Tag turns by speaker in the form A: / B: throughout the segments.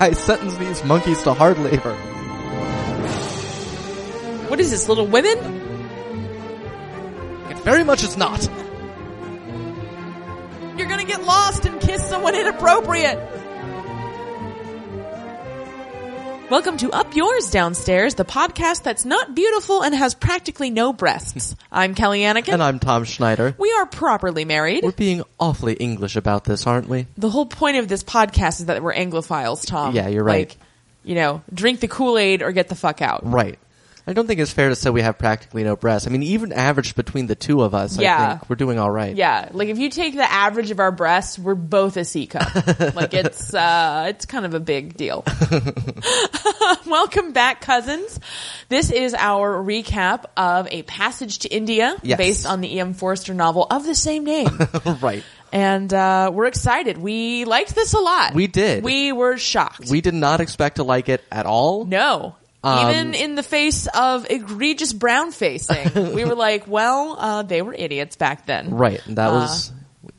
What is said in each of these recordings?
A: I sentence these monkeys to hard labor.
B: What is this, Little Women?
A: It very much is not.
B: You're gonna get lost and kiss someone inappropriate. Welcome to Up Yours Downstairs, the podcast that's not beautiful and has practically no breasts. I'm Kelly Anakin.
A: And I'm Tom Schneider.
B: we are properly married.
A: We're being awfully English about this, aren't we?
B: the whole point of this podcast is that we're Anglophiles, Tom.
A: Yeah, you're right.
B: Like, you know, drink the Kool Aid or get the fuck out.
A: Right. I don't think it's fair to say we have practically no breasts. I mean, even averaged between the two of us, I
B: Yeah.
A: think we're doing all right.
B: Yeah, like if you take the average of our breasts, we're both a C cup. like it's uh, it's kind of a big deal. Welcome back, cousins. This is our recap of a passage to India
A: Yes.
B: based on the E.M. Forster novel of the same name,
A: right.
B: and uh, we're excited. We liked this a lot.
A: We did.
B: We were shocked.
A: We did not expect to like it at all.
B: no.
A: Um,
B: Even in the face of egregious brown facing, we were like, well, uh, they were idiots back then.
A: Right. and That
B: Uh,
A: was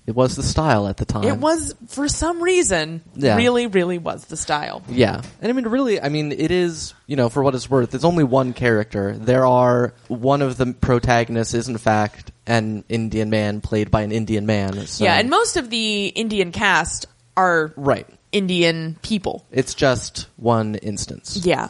A: it was the style at the time.
B: It was for some reason
A: Yeah.
B: really, really was the style.
A: Yeah. And I mean really, I mean it is, you know, for what it's worth, it's only one character. There are one of the protagonists is in fact an Indian man played by an Indian man. So.
B: Yeah, and most of the Indian cast are
A: Right.
B: Indian people.
A: It's just one instance.
B: Yeah.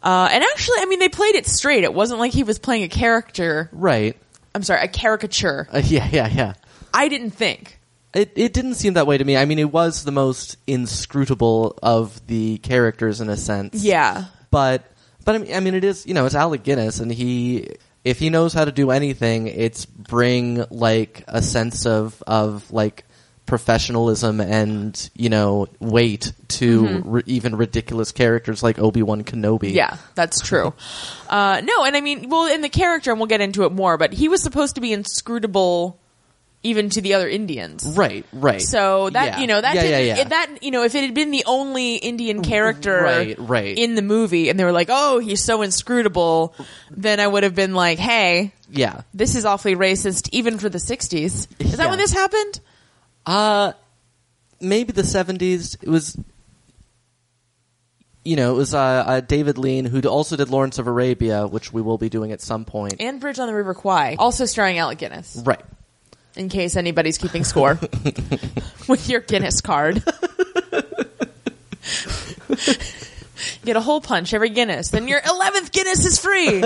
B: Uh, and actually, I mean, they played it straight. It wasn't like he was playing a character.
A: Right.
B: I'm sorry, a caricature.
A: Uh, yeah, yeah, yeah.
B: I didn't think.
A: It it didn't seem that way to me. I mean, it was the most inscrutable of the characters in a sense.
B: Yeah.
A: But but I mean, I mean it is, you know, it's Alec Guinness and he if he knows how to do anything, it's bring like a sense of of like professionalism and, you know, weight to ri- even ridiculous characters like Obi-Wan Kenobi.
B: Mm-hmm. Yeah, that's true. uh, no, and I mean, well, in the character, and we'll get into it more, but he was supposed to be inscrutable even to the other Indians.
A: Right, right.
B: So that
A: Yeah.
B: you know that
A: yeah, yeah,
B: didn't,
A: yeah. Mm,
B: It, that you know if it had been the only Indian character
A: right, right.
B: in the movie and they were like, "Oh, he's so inscrutable," then I would have been like, "Hey,
A: yeah.
B: this is awfully racist even for the 60s." Is
A: Yeah.
B: that when this happened?
A: Uh, maybe the seventies. It was, you know, it was uh, uh, David Lean who also did Lawrence of Arabia, which we will be doing at some point.
B: And Bridge on the River Kwai, also starring Alec Guinness,
A: right.
B: in case anybody's keeping score with your Guinness card. Get a hole punch every Guinness, then your 11th Guinness is free.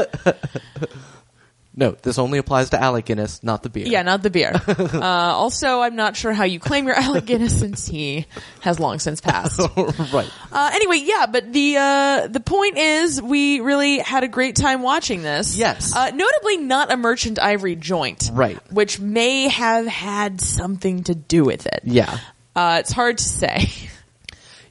A: No, this only applies to Alec Guinness, not the beer.
B: Yeah, not the beer. uh, also, I'm not sure how you claim your Alec Guinness since he has long since passed.
A: Oh. right.
B: Uh, anyway, yeah, but the uh, the point is, we really had a great time watching this.
A: Yes.
B: uh, notably not a Merchant Ivory joint,
A: Right.
B: Which may have had something to do with it.
A: Yeah.
B: uh, it's hard to say.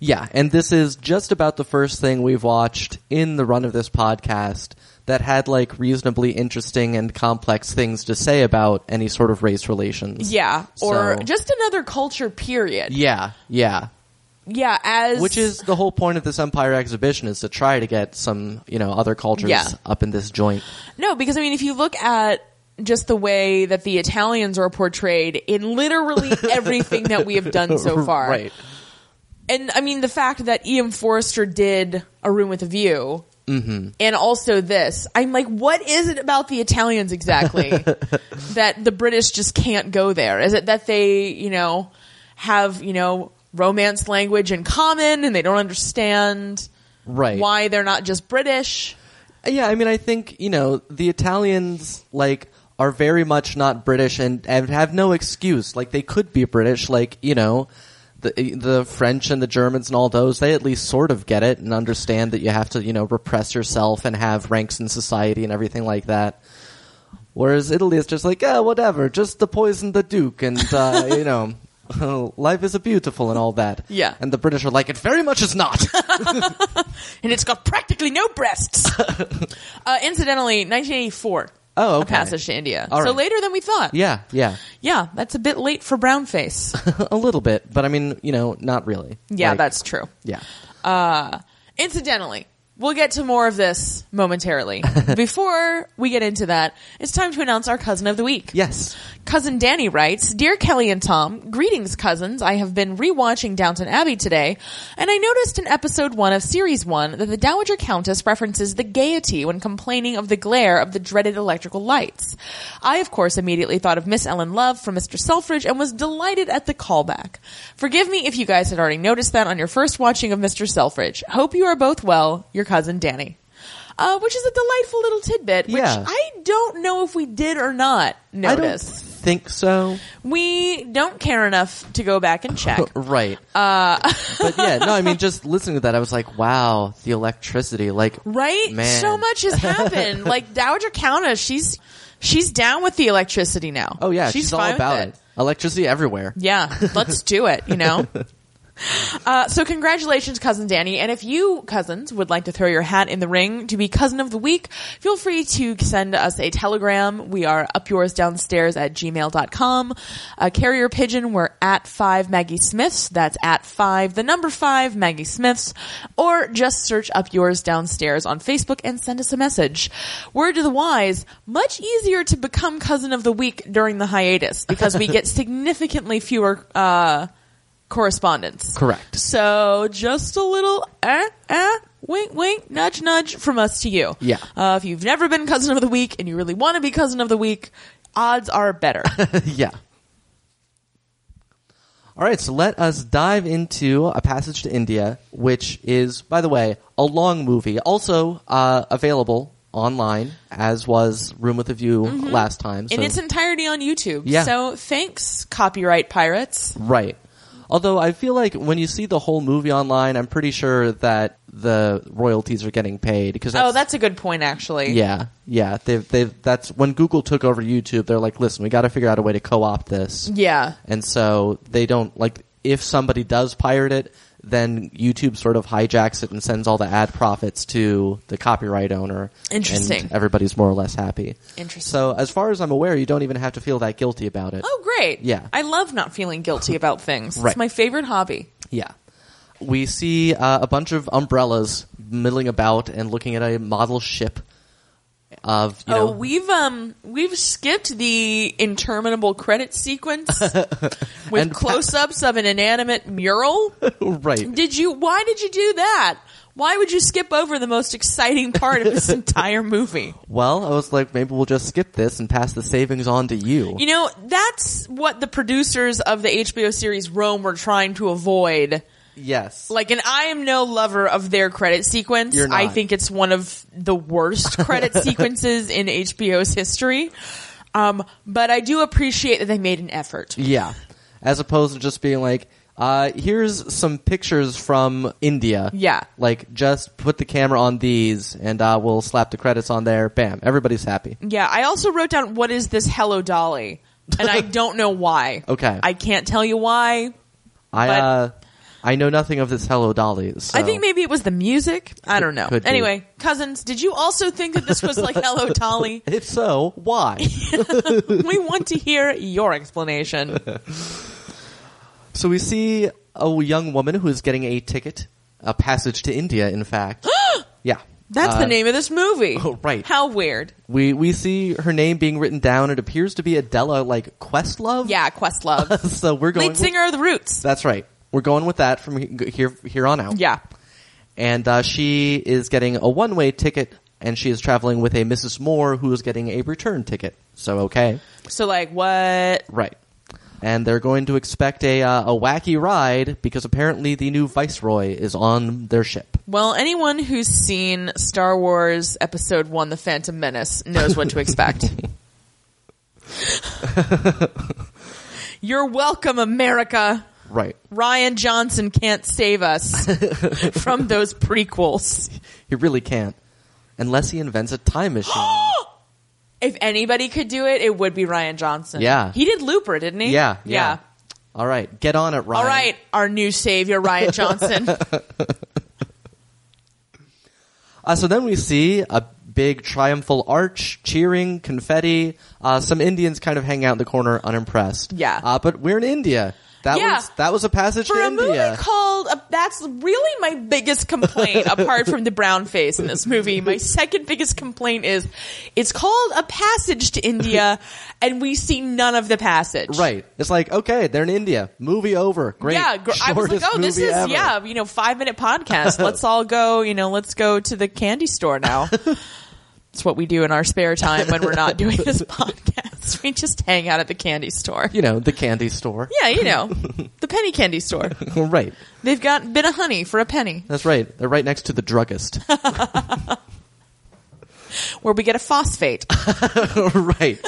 A: Yeah, and this is just about the first thing we've watched in the run of this podcast that had like reasonably interesting and complex things to say about any sort of race relations.
B: yeah, or
A: So-
B: just another culture period.
A: Yeah, yeah.
B: Yeah, as
A: which is the whole point of this Empire exhibition is to try to get some you know other cultures
B: Yeah.
A: up in this joint.
B: No, because I mean, if you look at just the way that the Italians are portrayed in literally everything that we have done so far,
A: right?
B: And I mean, the fact that Ian Forster did A Room with a View,
A: Mm-hmm.
B: and also this, I'm like, what is it about the Italians exactly that the British just can't go there? Is it that they, you know, have you know romance language in common and they don't understand
A: Right.
B: why they're not just British?
A: Yeah, I mean, I think you know the Italians like are very much not British and, and have no excuse. Like they could be British, like you know. The, the French and the Germans and all those, they at least sort of get it and understand that you have to, you know, repress yourself and have ranks in society and everything like that. Whereas Italy is just like, yeah, whatever, just the poison the Duke and, uh, you know, life is a beautiful and all that.
B: Yeah.
A: And the British are like, it very much is not.
B: and it's got practically no breasts. uh, incidentally, 1984.
A: Oh, okay.
B: A passage to India.
A: All
B: so
A: right.
B: later than we thought.
A: yeah, yeah.
B: Yeah, that's a bit late for brownface.
A: a little bit, but I mean, you know, not really.
B: Yeah,
A: Like,
B: that's true.
A: yeah.
B: Incidentally, We'll get to more of this momentarily. Before we get into that, it's time to announce our cousin of the week.
A: Yes.
B: Cousin Danny writes, Dear Kelly and Tom, greetings cousins. I have been rewatching Downton Abbey today, and I noticed in episode one of series one that the Dowager Countess references the gaiety when complaining of the glare of the dreaded electrical lights. I, of course, immediately thought of Miss Ellen Love from Mr. Selfridge and was delighted at the callback. Forgive me if you guys had already noticed that on your first watching of Mr. Selfridge. Hope you are both well, your cousin Danny. Uh, which is a delightful little tidbit, which
A: Yeah.
B: I don't know if we did or not
A: I don't
B: notice.
A: think so.
B: We don't care enough to go back and check.
A: Right. Uh, but yeah, no, I mean, just listening to that, I was like, wow, the electricity, like,
B: Right?
A: Man.
B: So much has happened. like Dowager Countess, she's she's down with the electricity now.
A: oh yeah, she's, all
B: fine with
A: about it. Electricity everywhere.
B: Yeah, let's do it, you know? Uh, so congratulations, cousin Danny. And if you cousins would like to throw your hat in the ring to be cousin of the week, feel free to send us a telegram. We are up yours downstairs at gmail.com. Uh, carrier pigeon, we're at five Maggie Smiths. That's at five, the number five Maggie Smiths. Or just search up yours downstairs on Facebook and send us a message. Word to the wise, much easier to become cousin of the week during the hiatus because we get significantly fewer, uh, correspondence.
A: Correct.
B: So just a little eh, eh, wink, wink, nudge, nudge from us to you.
A: Yeah.
B: Uh, if you've never been cousin of the week and you really want to be cousin of the week, odds are better.
A: yeah. All right, so let us dive into A Passage to India, which is, by the way, a long movie, also uh, available online, as was Room with a View last time. So.
B: In Mm-hmm. its entirety on YouTube.
A: Yeah.
B: So thanks, copyright pirates. Oh,
A: Right. Although I feel like when you see the whole movie online, I'm pretty sure that the royalties are getting paid because
B: oh, that's a good point, actually.
A: yeah, yeah. They've they've that's when Google took over YouTube. They're like, listen, we got to figure out a way to co-opt this,
B: Yeah.
A: and so they don't like if somebody does pirate it, then YouTube sort of hijacks it and sends all the ad profits to the copyright owner.
B: Interesting.
A: And everybody's more or less happy.
B: Interesting.
A: So as far as I'm aware, you don't even have to feel that guilty about it.
B: Oh, great.
A: Yeah.
B: I love not feeling guilty about things.
A: Right.
B: It's my favorite hobby.
A: Yeah. We see uh, a bunch of umbrellas milling about and looking at a model ship of, you
B: oh,
A: know,
B: we've um we've skipped the interminable credit sequence with
A: And-
B: close-ups of an inanimate mural.
A: right.
B: Did you? Why did you do that? Why would you skip over the most exciting part of this entire movie?
A: Well, I was like, maybe we'll just skip this and pass the savings on to you.
B: You know, that's what the producers of the HBO series Rome were trying to avoid.
A: yes.
B: Like, and I am no lover of their credit sequence.
A: You're not.
B: I think it's one of the worst credit sequences in HBO's history. Um, but I do appreciate that they made an effort.
A: yeah. As opposed to just being like, uh, here's some pictures from India.
B: Yeah.
A: Like, just put the camera on these and uh, we'll slap the credits on there. Bam. Everybody's happy.
B: Yeah, I also wrote down what is this Hello Dolly, and I don't know why.
A: Okay.
B: I can't tell you why.
A: I,
B: But-
A: uh, I know nothing of this Hello Dolly. So.
B: I think maybe it was the music. I don't know.
A: could be.
B: anyway, cousins, did you also think that this was like Hello Dolly?
A: If so, why?
B: we want to hear your explanation.
A: So we see a young woman who is getting a ticket, a passage to India, in fact. yeah.
B: That's
A: Uh,
B: the name of this movie.
A: oh, right.
B: How weird.
A: We we see her name being written down. It appears to be Adela, like Questlove.
B: Yeah, Questlove.
A: so we're going.
B: Lead
A: with-
B: singer of the Roots.
A: that's right. We're going with that from he- here here on out.
B: Yeah.
A: And uh, she is getting a one way ticket, and she is traveling with a Mrs. Moore who is getting a return ticket. So okay,
B: So like what?
A: right. And they're going to expect a uh, a wacky ride because apparently the new Viceroy is on their ship.
B: Well, anyone who's seen Star Wars Episode 1 The Phantom Menace knows what to expect. You're welcome, America.
A: Right.
B: Ryan Johnson can't save us from those prequels.
A: He really can't. Unless he invents a time machine.
B: If anybody could do it, it would be Ryan Johnson.
A: Yeah.
B: He did Looper, didn't he?
A: yeah, yeah. All right. Get on it, Ryan.
B: All right, our new savior, Ryan Johnson.
A: Uh, so then we see a big triumphal arch, cheering, confetti. Uh, some Indians kind of hang out in the corner unimpressed.
B: Yeah.
A: Uh, but we're in India. That
B: Yeah.
A: was that was a passage
B: For
A: to
B: a
A: India.
B: movie called, uh, that's really my biggest complaint apart from the brown face in this movie. My second biggest complaint is it's called A Passage to India and we see none of the passage.
A: right. It's like okay, they're in India. Movie over. Great.
B: Yeah, gr- I was like,
A: Shortest
B: oh, this
A: movie
B: is
A: ever.
B: yeah, you know, five minute podcast. let's all go, you know, let's go to the candy store now. it's what we do in our spare time when we're not doing this podcast. We just hang out at the candy store.
A: You know the candy store.
B: Yeah, you know, the penny candy store.
A: right.
B: They've got bit of honey for a penny,
A: That's right. They're right next to the druggist.
B: where we get a phosphate.
A: right.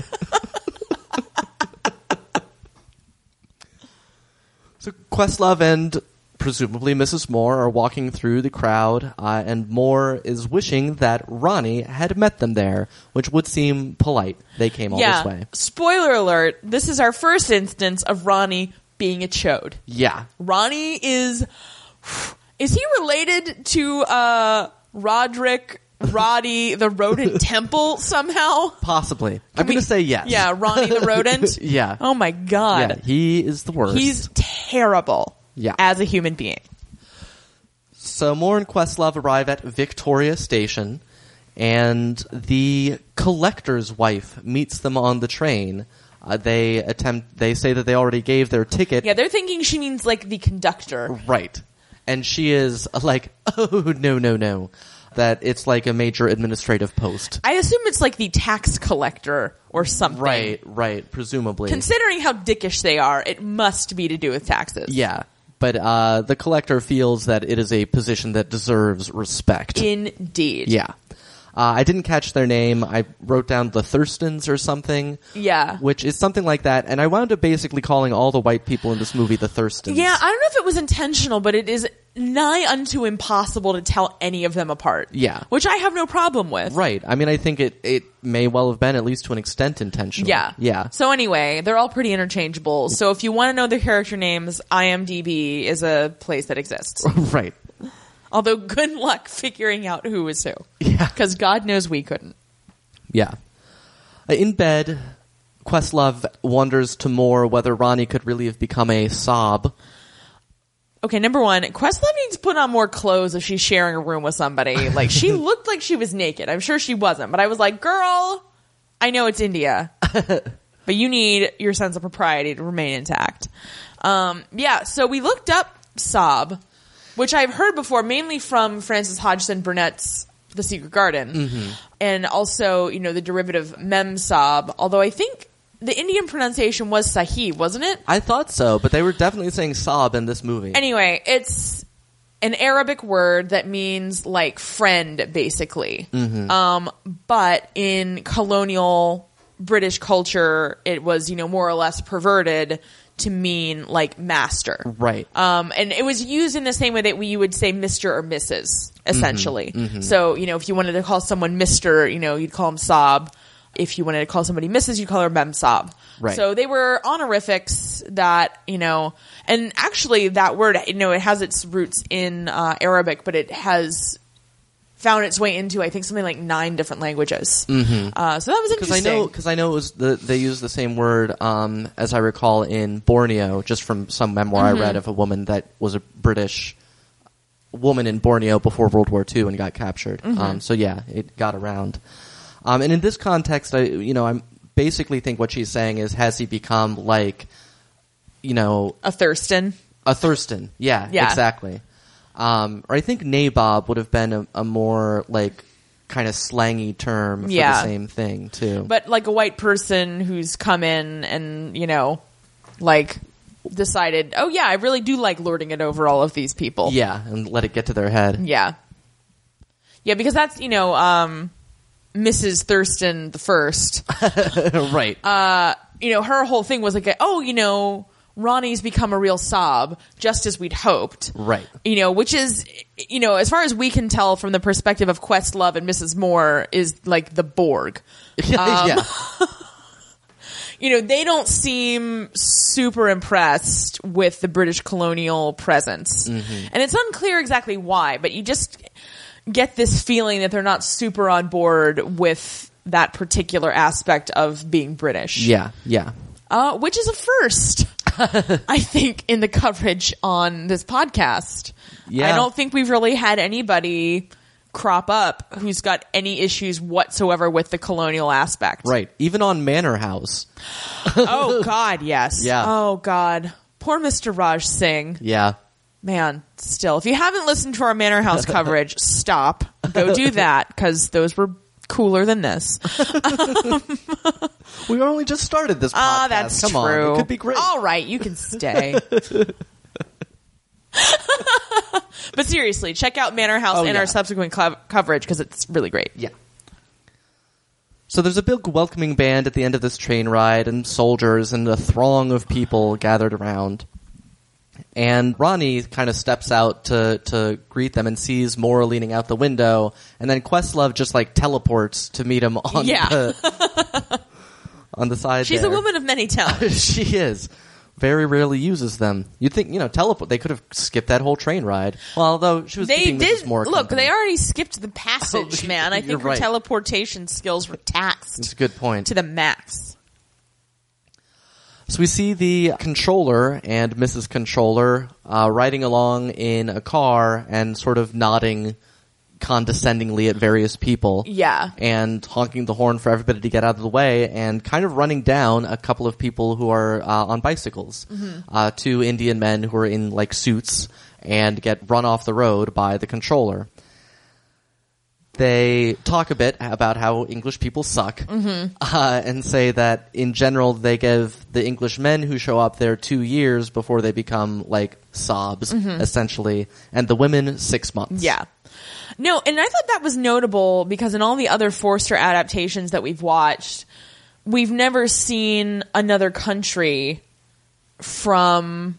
A: so Questlove and presumably Mrs. Moore are walking through the crowd, uh, and Moore is wishing that Ronnie had met them there, which would seem polite. They came all
B: yeah.
A: this way.
B: Spoiler alert: This is our first instance of Ronnie being a chode.
A: Yeah.
B: Ronnie is is he related to uh Roderick Roddy the rodent temple somehow?
A: Possibly. I'm going to say yes.
B: Yeah, Ronnie the rodent.
A: Yeah.
B: Oh my
A: Yeah,
B: god.
A: he is the worst.
B: He's terrible.
A: Yeah.
B: As a human being.
A: So Moore and Questlove arrive at Victoria Station, and the collector's wife meets them on the train. Uh, they attempt. They say that they already gave their ticket.
B: Yeah, they're thinking she means like the conductor.
A: Right. And she is uh, like, oh no no no, that it's like a major administrative post.
B: I assume it's like the tax collector or something.
A: Right, right. Presumably.
B: Considering how dickish they are, it must be to do with taxes.
A: yeah. But uh, the collector feels that it is a position that deserves respect.
B: Indeed.
A: Yeah. Uh, I didn't catch their name. I wrote down the Thurstons or something.
B: Yeah.
A: Which is something like that. And I wound up basically calling all the white people in this movie the Thurstons.
B: Yeah, I don't know if it was intentional, but it is nigh unto impossible to tell any of them apart.
A: Yeah.
B: Which I have no problem with.
A: right. I mean, I think it, it may well have been, at least to an extent, intentional.
B: Yeah.
A: Yeah.
B: So anyway, they're all pretty interchangeable. So if you want to know their character names, IMDb is a place that exists.
A: right.
B: Although good luck figuring out who is who.
A: Yeah.
B: Because God knows we couldn't.
A: Yeah. Uh, In bed, Questlove wonders to Moore whether Ronnie could really have become a sob.
B: Okay, number one, Questlove needs to put on more clothes if she's sharing a room with somebody. Like she looked like she was naked. I'm sure she wasn't, but I was like, girl, I know it's India, but you need your sense of propriety to remain intact. Um, yeah, so we looked up sob, which I've heard before, mainly from Frances Hodgson Burnett's The Secret Garden, and also you know the derivative mem sob. Although I think the Indian pronunciation was sahi, wasn't it?
A: I thought so, but they were definitely saying sob in this movie.
B: Anyway, it's an Arabic word that means like friend, basically. Um, but in colonial British culture, it was, you know, more or less perverted to mean like master.
A: right.
B: Um, and it was used in the same way that we would say Mr. or Mrs. essentially.
A: Mm-hmm,
B: So, you know, if you wanted to call someone Mr., you know, you'd call him Sob. If you wanted to call somebody Mrs., you'd call her Mem Sob.
A: Right.
B: So they were honorifics that, you know, and actually that word, you know, it has its roots in uh, Arabic, but it has found its way into, I think, something like nine different languages. Uh, so that was
A: Mm-hmm. Because I
B: interesting.
A: know, because I know, it was the, they use the same word, um, as I recall, in Borneo, just from some memoir I
B: Mm-hmm.
A: read of a woman that was a British woman in Borneo before World War II and got captured.
B: Mm-hmm.
A: Um, so yeah, it got around. Um, and in this context, I, you know, I'm basically think what she's saying is, has he become like, you know,
B: A Thurston.
A: a Thurston? Yeah,
B: Yeah.
A: exactly. Um, or I think nabob would have been a, a more like kind of slangy term for
B: Yeah.
A: the same thing too.
B: but like a white person who's come in and you know like decided oh yeah i really do like lording it over all of these people
A: Yeah, and let it get to their head.
B: yeah yeah because that's you know um mrs thurston the first
A: right.
B: Uh, you know her whole thing was like oh you know ronnie's become a real sob just as we'd hoped
A: right.
B: you know, which is, you know, as far as we can tell from the perspective of Questlove and Mrs. Moore, is like the Borg. um,
A: yeah.
B: you know, they don't seem super impressed with the British colonial presence. And it's unclear exactly why, but you just get this feeling that they're not super on board with that particular aspect of being British.
A: Yeah. Yeah.
B: Uh, which is a first. I think, in the coverage on this podcast.
A: Yeah.
B: I don't think we've really had anybody crop up who's got any issues whatsoever with the colonial aspect.
A: Right. Even on Manor House.
B: Oh, God, yes.
A: Yeah.
B: Oh, God. Poor Mr. Raj Singh.
A: Yeah.
B: Man, still, if you haven't listened to our Manor House coverage, stop. Go do that because those were cooler than this.
A: We only just started this podcast.
B: Ah, that's
A: Come
B: true.
A: on. It could be great.
B: All right, you can stay. but seriously, check out Manor House
A: Oh,
B: and
A: yeah.
B: our subsequent cov coverage because it's really great.
A: Yeah. So there's a big welcoming band at the end of this train ride, and soldiers and a throng of people gathered around. And Ronnie kind of steps out to, to greet them and sees Mora leaning out the window, and then Questlove just like teleports to meet him on
B: Yeah.
A: the on the side.
B: She's
A: there.
B: a woman of many talents.
A: she is. Very rarely uses them. You'd think, you know, teleport. They could have skipped that whole train ride. Well, although she was
B: They
A: keeping
B: did
A: Mrs. Moore
B: look.
A: company.
B: They already skipped the passage,
A: Oh,
B: man. I
A: you're
B: think her
A: right.
B: teleportation skills were
A: It's a
B: taxed
A: good point.
B: to the max.
A: So we see the controller and Mrs. Controller uh, riding along in a car and sort of nodding condescendingly at various people.
B: Yeah.
A: And honking the horn for everybody to get out of the way and kind of running down a couple of people who are uh, on bicycles. Uh, two Indian men who are in like suits and get run off the road by the controller. They talk a bit about how English people suck
B: Mm-hmm.
A: uh, and say that in general they give the English men who show up there two years before they become like sobs, essentially, and the women six months.
B: Mm-hmm. Yeah. No, and I thought that was notable because in all the other Forster adaptations that we've watched, we've never seen another country from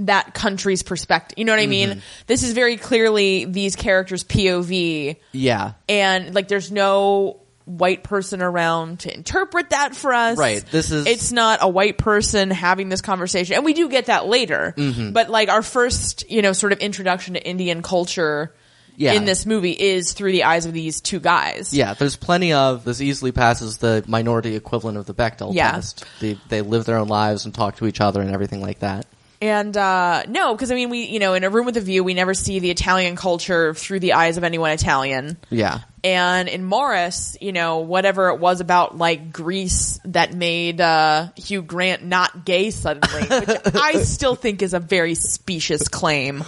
B: that country's perspective. You know what I mean? This is very clearly these characters' POV,
A: Yeah.
B: and like there's no white person around to interpret that for us.
A: Right, this is-
B: it's not a white person having this conversation, and we do get that later.
A: Mm-hmm.
B: But like our first, you know, sort of introduction to Indian culture
A: Yeah.
B: in this movie is through the eyes of these two guys.
A: Yeah, there's plenty of this easily passes the minority equivalent of the Bechdel
B: Yeah.
A: test. They they live their own lives and talk to each other and everything like that.
B: And uh, no, because I mean, we you know, in a room with a view, we never see the Italian culture through the eyes of anyone Italian.
A: Yeah.
B: And in Morris, you know, whatever it was about like Greece that made uh, Hugh Grant not gay suddenly, which I still think is a very specious claim.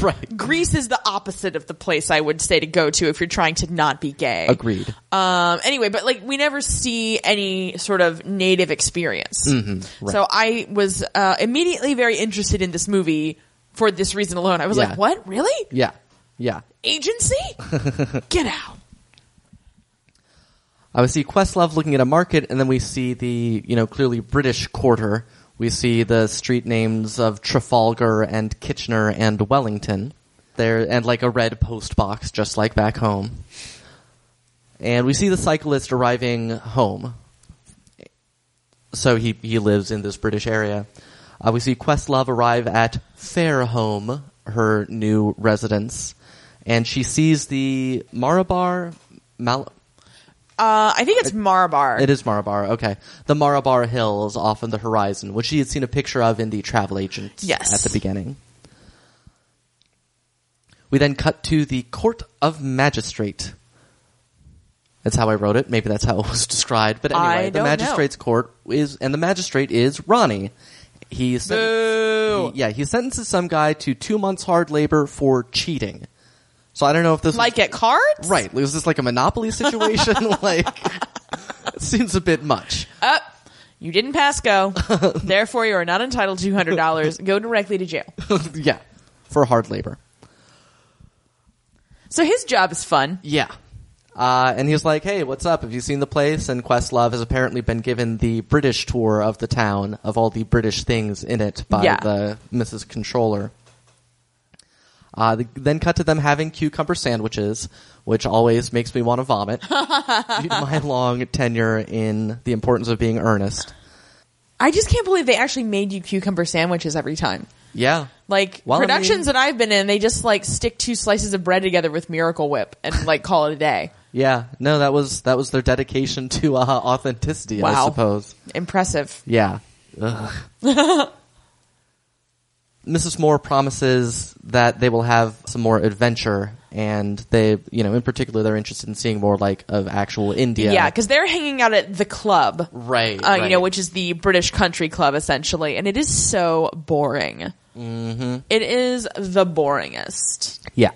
A: right.
B: Greece is the opposite of the place I would say to go to if you're trying to not be gay.
A: Agreed.
B: Um, anyway, but like we never see any sort of native experience.
A: Mm-hmm, right.
B: So I was uh, immediately very interested in this movie for this reason alone. I was
A: Yeah.
B: like, what? Really?
A: Yeah. Yeah.
B: Agency? Get out.
A: I would Uh, see Questlove looking at a market, and then we see the you know clearly British quarter. We see the street names of Trafalgar and Kitchener and Wellington. There and like a red post box, just like back home. And we see the cyclist arriving home. So he he lives in this British area. Uh, we see Questlove arrive at Fairholme, her new residence, and she sees the Marabar. Mal-
B: Uh, I think it's Marabar.
A: it is Marabar, okay. The Marabar Hills off on the horizon, which she had seen a picture of in the travel agent
B: Yes.
A: at the beginning. We then cut to the Court of Magistrate. That's how I wrote it. Maybe that's how it was described. But anyway,
B: I
A: the
B: don't know.
A: magistrate's court is, and the magistrate is Ronnie. He
B: Boo.
A: sen- he- yeah, he sentences some guy to two months hard labor for cheating. So I don't know if this was-
B: like at cards?
A: Right. Was this like a monopoly situation? like, it seems a bit much.
B: Up. You didn't pass go. Therefore, you are not entitled to $200. Go directly to jail.
A: yeah. For hard labor.
B: So his job is fun.
A: Yeah. Uh, and he's like, hey, what's up? Have you seen the place? And Questlove has apparently been given the British tour of the town, of all the British things in it by
B: Yeah.
A: the Mrs. Controller. Uh, th- then cut to them having cucumber sandwiches, which always makes me want to vomit due to my long tenure in the importance of being earnest.
B: I just can't believe they actually made you cucumber sandwiches every time.
A: Yeah.
B: Like
A: Well, I
B: productions
A: mean-
B: that I've been in, they just like stick two slices of bread together with Miracle Whip and like call it a day.
A: Yeah, no, that was that was their dedication to uh, authenticity, I
B: Wow.
A: suppose.
B: Impressive.
A: Yeah, Mrs. Moore promises that they will have some more adventure, and they, you know, in particular, they're interested in seeing more like of actual India.
B: Yeah, because they're hanging out at the club,
A: right.
B: uh, you know,
A: right.
B: which is the British Country Club essentially, and it is so boring. Mm-hmm. is the boringest.
A: Yeah.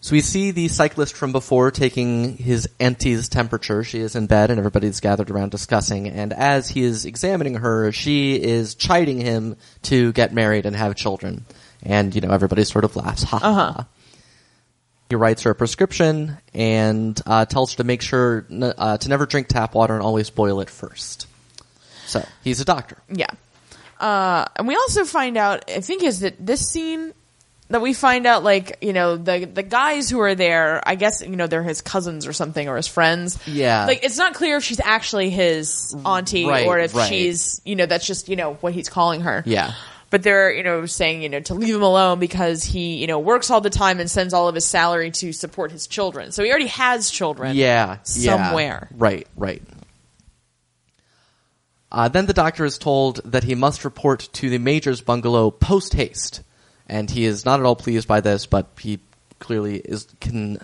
A: So we see the cyclist from before taking his auntie's temperature. She is in bed and everybody's gathered around discussing. And as he is examining her, she is chiding him to get married and have children. And, you know, everybody sort of laughs. Ha ha.
B: Uh-huh.
A: ha. He writes her a prescription and uh, tells her to make sure n- uh, to never drink tap water and always boil it first. So he's a doctor.
B: Yeah. Uh, and we also find out, I think, is that this scene that we find out, like, you know, the, the guys who are there, I guess, you know, they're his cousins or something or his friends.
A: Yeah.
B: Like, it's not clear if she's actually his auntie
A: Right,
B: or if
A: right.
B: she's, you know, that's just, you know, what he's calling her.
A: Yeah.
B: But they're, you know, saying, you know, to leave him alone because he, you know, works all the time and sends all of his salary to support his children. So he already has children.
A: Yeah, yeah.
B: somewhere.
A: Right, right. Uh, then the doctor is told that he must report to the major's bungalow post haste, and he is not at all pleased by this. But he clearly is can.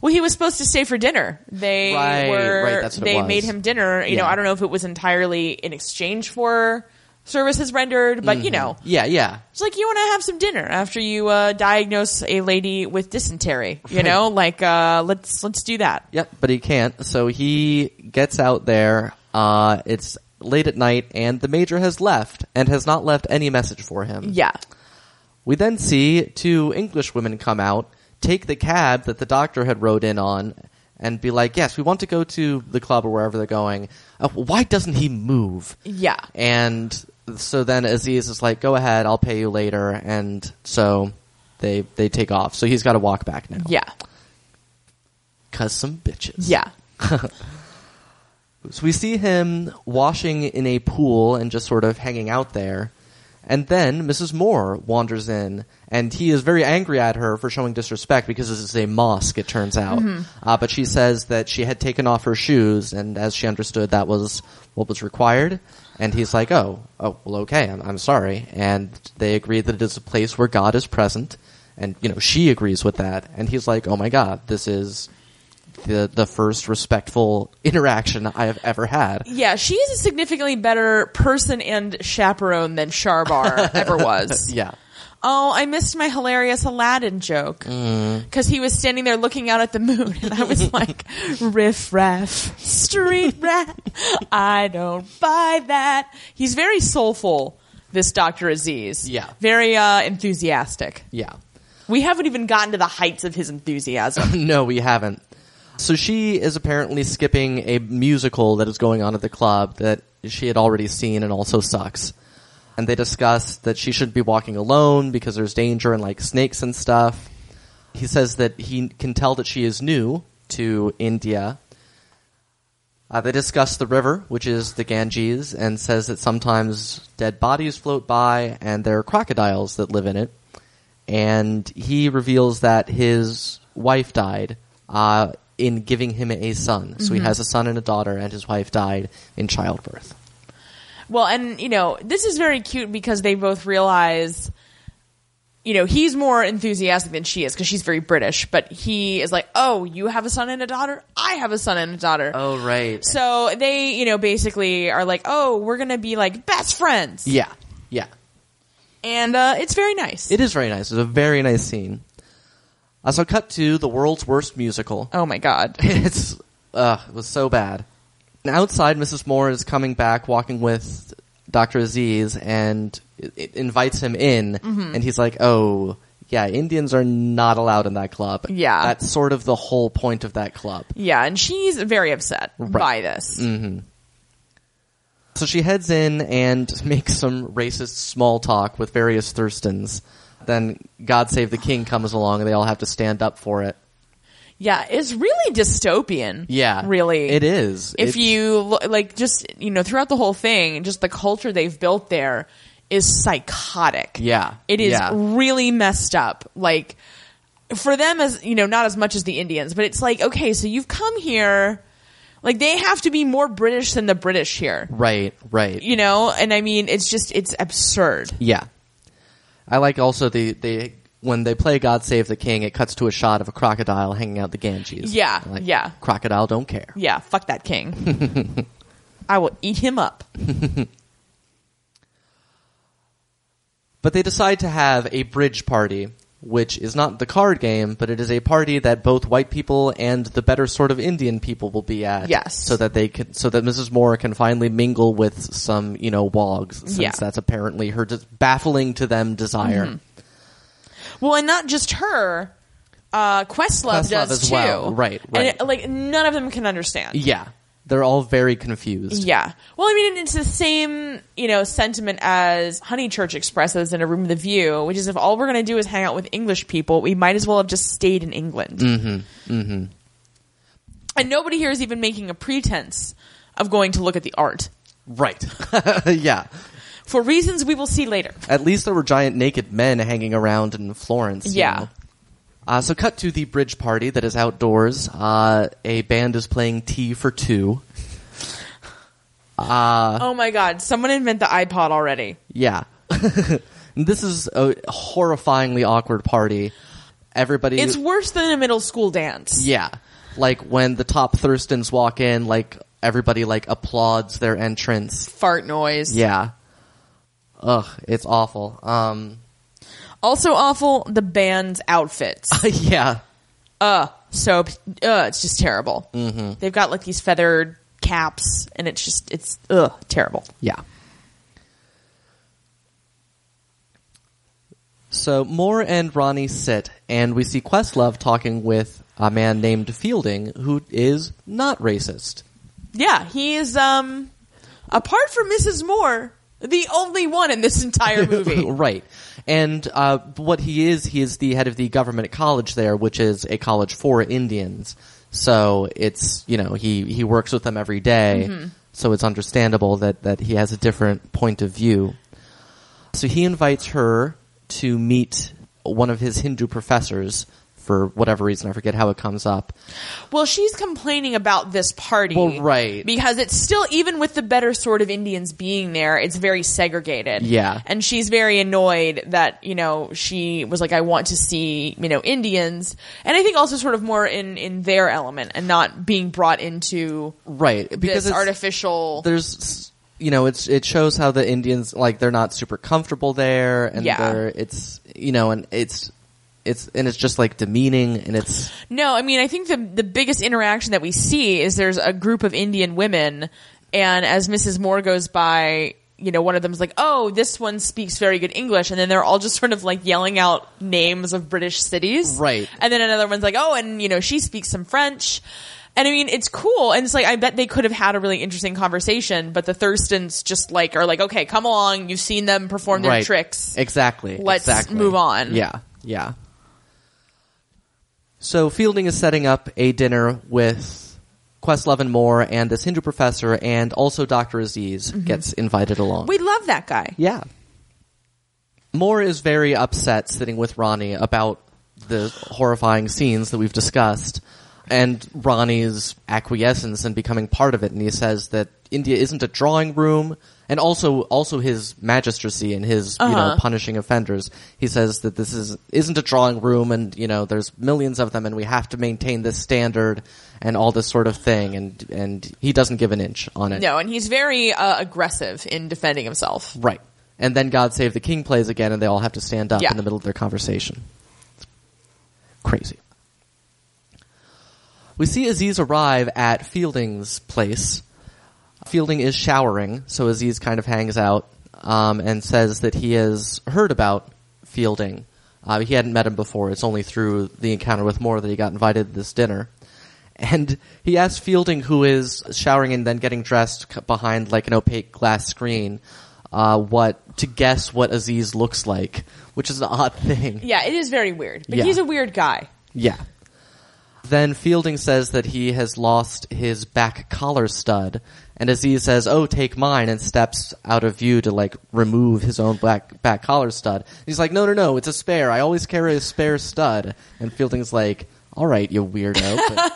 B: Well, he was supposed to stay for dinner. They
A: Right,
B: were.
A: right, that's what it
B: they
A: was.
B: made him dinner. You know,
A: Yeah.
B: I don't know if it was entirely in exchange for services rendered,
A: Mm-hmm.
B: but you know,
A: Yeah, yeah,
B: it's like you want to have some dinner after you uh, diagnose a lady with dysentery. You know, like uh, let's let's do that.
A: yep. But he can't. So he gets out there. Uh, it's late at night, and the major has left and has not left any message for him.
B: Yeah.
A: We then see two English women come out, take the cab that the doctor had rode in on, and be like, "Yes, we want to go to the club or wherever they're going. Uh, why doesn't he move?"
B: Yeah.
A: And so then Aziz is like, "Go ahead, I'll pay you later." And so they they take off. So he's got to walk back now.
B: Yeah.
A: cause some bitches.
B: Yeah.
A: So we see him washing in a pool and just sort of hanging out there. And then Mrs. Moore wanders in, and he is very angry at her for showing disrespect because this is a mosque, it turns out. Uh, but she says that she had taken off her shoes, and as she understood, that was what was required. And he's like, "Oh, oh, well, okay, I'm, I'm sorry." And they agree that it is a place where God is present, and you know she agrees with that. And he's like, "Oh my God, this is the the first respectful interaction I have ever had.
B: Yeah, she's a significantly better person and chaperone than Sharbar ever was.
A: Yeah.
B: Oh, I missed my hilarious Aladdin joke because he was standing there looking out at the moon, and I was like, "Riff raff, street rat." I don't buy that. He's very soulful. This Doctor Aziz,
A: Yeah.
B: very uh, enthusiastic.
A: Yeah.
B: We haven't even gotten to the heights of his enthusiasm.
A: No, we haven't. So she is apparently skipping a musical that is going on at the club that she had already seen and also sucks. And they discuss that she shouldn't be walking alone because there's danger and like snakes and stuff. He says that he can tell that she is new to India. Uh, they discuss the river, which is the Ganges, and says that sometimes dead bodies float by and there are crocodiles that live in it. And he reveals that his wife died uh, in giving him a son. So he has a son and a daughter, and his wife died in childbirth.
B: Well, and you know, this is very cute because they both realize, you know, he's more enthusiastic than she is because she's very British, but he is like, "Oh, you have a son and a daughter. I have a son and a daughter."
A: Oh, right.
B: So they, you know, basically are like, "Oh, we're gonna be like best friends,"
A: Yeah, yeah.
B: and uh, it's very nice.
A: It is very nice. It's a very nice scene. Uh, so cut to the world's worst musical.
B: oh my god!
A: It's uh, it was so bad. And outside, Mrs. Moore is coming back, walking with Doctor Aziz, and i i- invites him in.
B: Mm-hmm.
A: And he's like, "Oh, yeah, Indians are not allowed in that club.
B: Yeah.
A: that's sort of the whole point of that club."
B: Yeah, and she's very upset by
A: Right. Mm.
B: this.
A: So she heads in and makes some racist small talk with various Thurstons. Then God Save the King comes along, and they all have to stand up for it.
B: Yeah, it's really dystopian.
A: Yeah,
B: really,
A: it is.
B: if
A: It's-
B: you lo- like just you know throughout the whole thing just the culture they've built there is psychotic
A: Yeah.
B: it is
A: Yeah.
B: really messed up like for them as you know not as much as the indians but it's like okay so you've come here Like they have to be more British than the British here.
A: Right, right.
B: You know, and I mean, it's just it's absurd.
A: Yeah. I like also the, the when they play God Save the King, it cuts to a shot of a crocodile hanging out the Ganges.
B: Yeah,
A: I'm like,
B: yeah.
A: Crocodile don't care.
B: Yeah, fuck that king. I will eat him up.
A: But they decide to have a bridge party, which is not the card game, but it is a party that both white people and the better sort of Indian people will be at.
B: Yes.
A: So that they can, so that Mrs. Moore can finally mingle with some, you know, wogs, since
B: Yeah. Mm-hmm.
A: that's apparently her dis- baffling to them desire.
B: Well, and not just her. Uh, Questlove,
A: Questlove
B: does
A: as
B: too.
A: well. Right, right.
B: And it, like none of them can understand.
A: Yeah. They're all very confused.
B: Yeah. Well, I mean, it's the same, you know, sentiment as Honeychurch expresses in A Room with a View, which is if all we're going to do is hang out with English people, we might as well have just stayed in England. Mm-hmm. Mm-hmm. And nobody here is even making a pretense of going to look at the art
A: Right. yeah.
B: for reasons we will see later.
A: At least there were giant naked men hanging around in Florence. you
B: Yeah.
A: know. Uh, so cut to the bridge party that is outdoors. Uh, a band is playing Tea for Two.
B: oh my God! Someone invent the iPod already.
A: Yeah. And this is a horrifyingly awkward party. Everybody.
B: It's worse than a middle school dance.
A: yeah. Like when the top Thurstons walk in, like everybody like applauds their entrance.
B: Fart noise.
A: Yeah. Ugh, it's awful. Um,
B: Also awful. The band's outfits.
A: yeah.
B: uh so uh it's just terrible mm-hmm. they've got like these feathered caps and it's just it's ugh terrible
A: Yeah. So Moore and Ronnie sit, and we see Questlove talking with a man named Fielding, who is not racist.
B: yeah he is um apart from mrs moore the only one in this entire movie
A: right. And uh, what he is, he is the head of the government college there, which is a college for Indians. So it's you know he he works with them every day, so it's understandable that that he has a different point of view. So he invites her to meet one of his Hindu professors for whatever reason. I forget how it comes up.
B: well she's complaining about this party
A: Well, right.
B: because it's still even with the better sort of indians being there it's very segregated
A: Yeah.
B: and she's very annoyed that you know she was like i want to see you know indians and i think also sort of more in in their element and not being brought into
A: Right,
B: this
A: it's-
B: artificial
A: there's you know it's it shows how the Indians like they're not super comfortable there and
B: Yeah.
A: they're it's you know and it's it's and it's just like demeaning and it's
B: no i mean i think the the biggest interaction that we see is there's a group of indian women and as mrs moore goes by you know one of them's like oh this one speaks very good english and then they're all just sort of like yelling out names of british cities
A: Right.
B: and then another one's like oh and you know she speaks some french and I mean, it's cool, and it's like I bet they could have had a really interesting conversation, but the Thurstons just like are like, okay, come along, you've seen them perform their
A: right
B: tricks,
A: exactly
B: Let's
A: exactly.
B: move on.
A: yeah yeah so Fielding is setting up a dinner with Questlove and Moore and this Hindu professor and also Doctor Aziz gets invited along
B: Mm-hmm. we love that guy.
A: Yeah. Moore is very upset sitting with Ronnie about the horrifying scenes that we've discussed and Ronnie's acquiescence and becoming part of it. And he says that India isn't a drawing room and also, also his magistracy and his, you know,
B: Uh-huh.
A: punishing offenders. He says that this is, isn't a drawing room and, you know, there's millions of them and we have to maintain this standard and all this sort of thing. And, and he doesn't give an inch on it.
B: No, and he's very uh, aggressive in defending himself.
A: Right. And then God Save the King plays again, and they all have to stand up
B: Yeah.
A: in the middle of their conversation. It's crazy. We see Aziz arrive at Fielding's place. Fielding is showering, so Aziz kind of hangs out um, and says that he has heard about Fielding. Uh, he hadn't met him before. It's only through the encounter with Moore that he got invited to this dinner. And he asks Fielding, who is showering and then getting dressed c- behind like an opaque glass screen, uh, what to guess what Aziz looks like, which is an odd thing.
B: Yeah, it is very weird. But
A: Yeah.
B: he's a weird guy.
A: Yeah. Then Fielding says that he has lost his back collar stud, and Aziz says, "Oh, take mine," and steps out of view to like remove his own back back collar stud. He's like, "No, no, no, it's a spare. I always carry a spare stud." And Fielding's like, all right, you weirdo. But,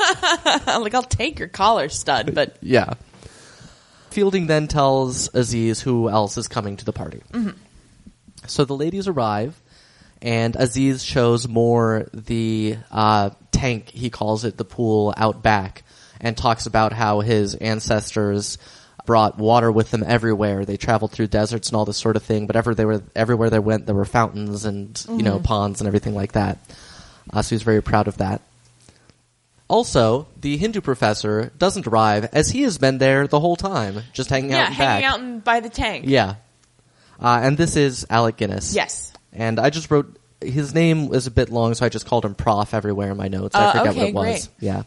B: I'm like, I'll take your collar stud, but
A: yeah. Fielding then tells Aziz who else is coming to the party. So the ladies arrive, and Aziz shows more the uh, tank, he calls it the pool out back, and talks about how his ancestors brought water with them everywhere. They traveled through deserts and all this sort of thing, but ever they were, everywhere they went, there were fountains and, you
B: Mm-hmm.
A: know, ponds and everything like that. Uh, so he's very proud of that. Also, the Hindu professor doesn't arrive as he has been there the whole time, just hanging
B: yeah,
A: out. in
B: hanging
A: back.
B: out in, by the tank.
A: Yeah. Uh, and this is Alec Guinness.
B: Yes.
A: And I just wrote his name was a bit long, so I just called him Prof everywhere in my notes. I
B: Uh,
A: forget
B: okay,
A: what it was.
B: great.
A: Yeah.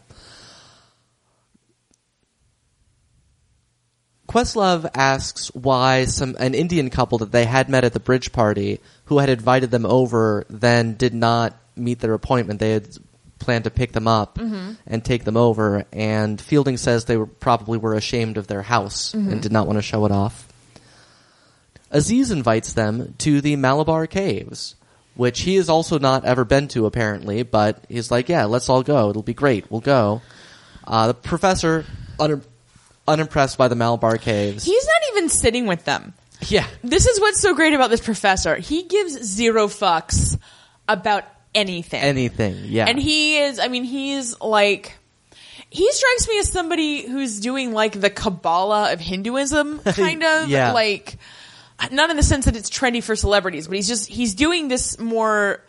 A: Questlove asks why some an Indian couple that they had met at the bridge party, who had invited them over, then did not meet their appointment. They had planned to pick them up
B: Mm-hmm.
A: and take them over, and Fielding says they were probably were ashamed of their house
B: Mm-hmm.
A: and did not want to show it off. Aziz invites them to the Malabar Caves, which he has also not ever been to apparently, but he's like, yeah, let's all go. It'll be great. We'll go. Uh, the professor, un- unimpressed by the Malabar Caves.
B: He's not even sitting with them.
A: yeah.
B: This is what's so great about this professor. He gives zero fucks about anything.
A: Anything. Yeah.
B: And he is, I mean, he's like, he strikes me as somebody who's doing like the Kabbalah of Hinduism, kind of.
A: Yeah.
B: Like, not in the sense that it's trendy for celebrities, but he's just, he's doing this more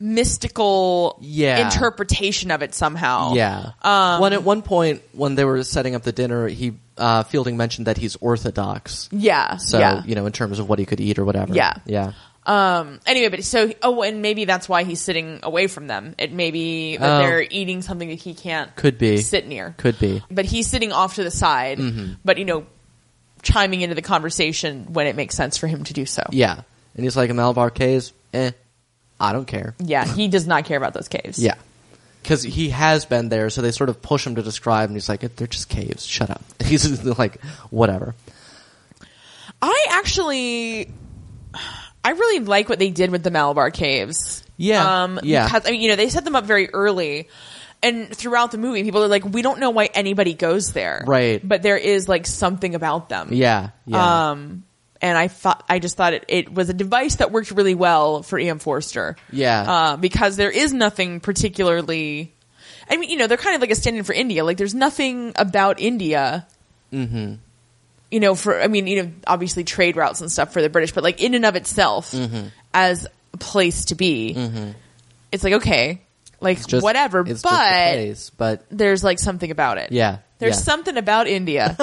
B: mystical
A: Yeah.
B: interpretation of it somehow.
A: yeah.
B: Um,
A: when at one point, when they were setting up the dinner, he, uh, Fielding mentioned that he's Orthodox.
B: Yeah.
A: So,
B: yeah.
A: you know, in terms of what he could eat or whatever.
B: Yeah.
A: Yeah.
B: Um. Anyway, but so oh, and maybe that's why he's sitting away from them. It may be that
A: Oh.
B: they're eating something that he can't
A: Could be.
B: sit near.
A: Could be.
B: But he's sitting off to the side.
A: Mm-hmm.
B: But you know, chiming into the conversation when it makes sense for him to do so.
A: Yeah. And he's like, Malabar Caves, eh, I don't care.
B: Yeah, he does not care about those caves.
A: Yeah. Because he has been there, so they sort of push him to describe, and he's like, they're just caves, shut up. He's just like, whatever.
B: I actually, I really like what they did with the Malabar caves.
A: Yeah,
B: Um,
A: yeah.
B: Because, I mean, you know, they set them up very early. And throughout the movie, people are like, we don't know why anybody goes there.
A: Right.
B: But there is like something about them.
A: Yeah, yeah.
B: Um, and I thought, I just thought it, it was a device that worked really well for Ian Forster.
A: Yeah.
B: Uh, because there is nothing particularly, I mean, you know, they're kind of like a stand-in for India. Like there's nothing about India. Mm-hmm. You know, for, I mean, you know, obviously trade routes and stuff for the British, but like in and of itself
A: Mm-hmm.
B: as a place to be, it's like, okay, like
A: Just-
B: whatever,
A: Mm-hmm. it's just the
B: but
A: place, but
B: there's like something about it.
A: yeah.
B: There's
A: yeah.
B: something about India.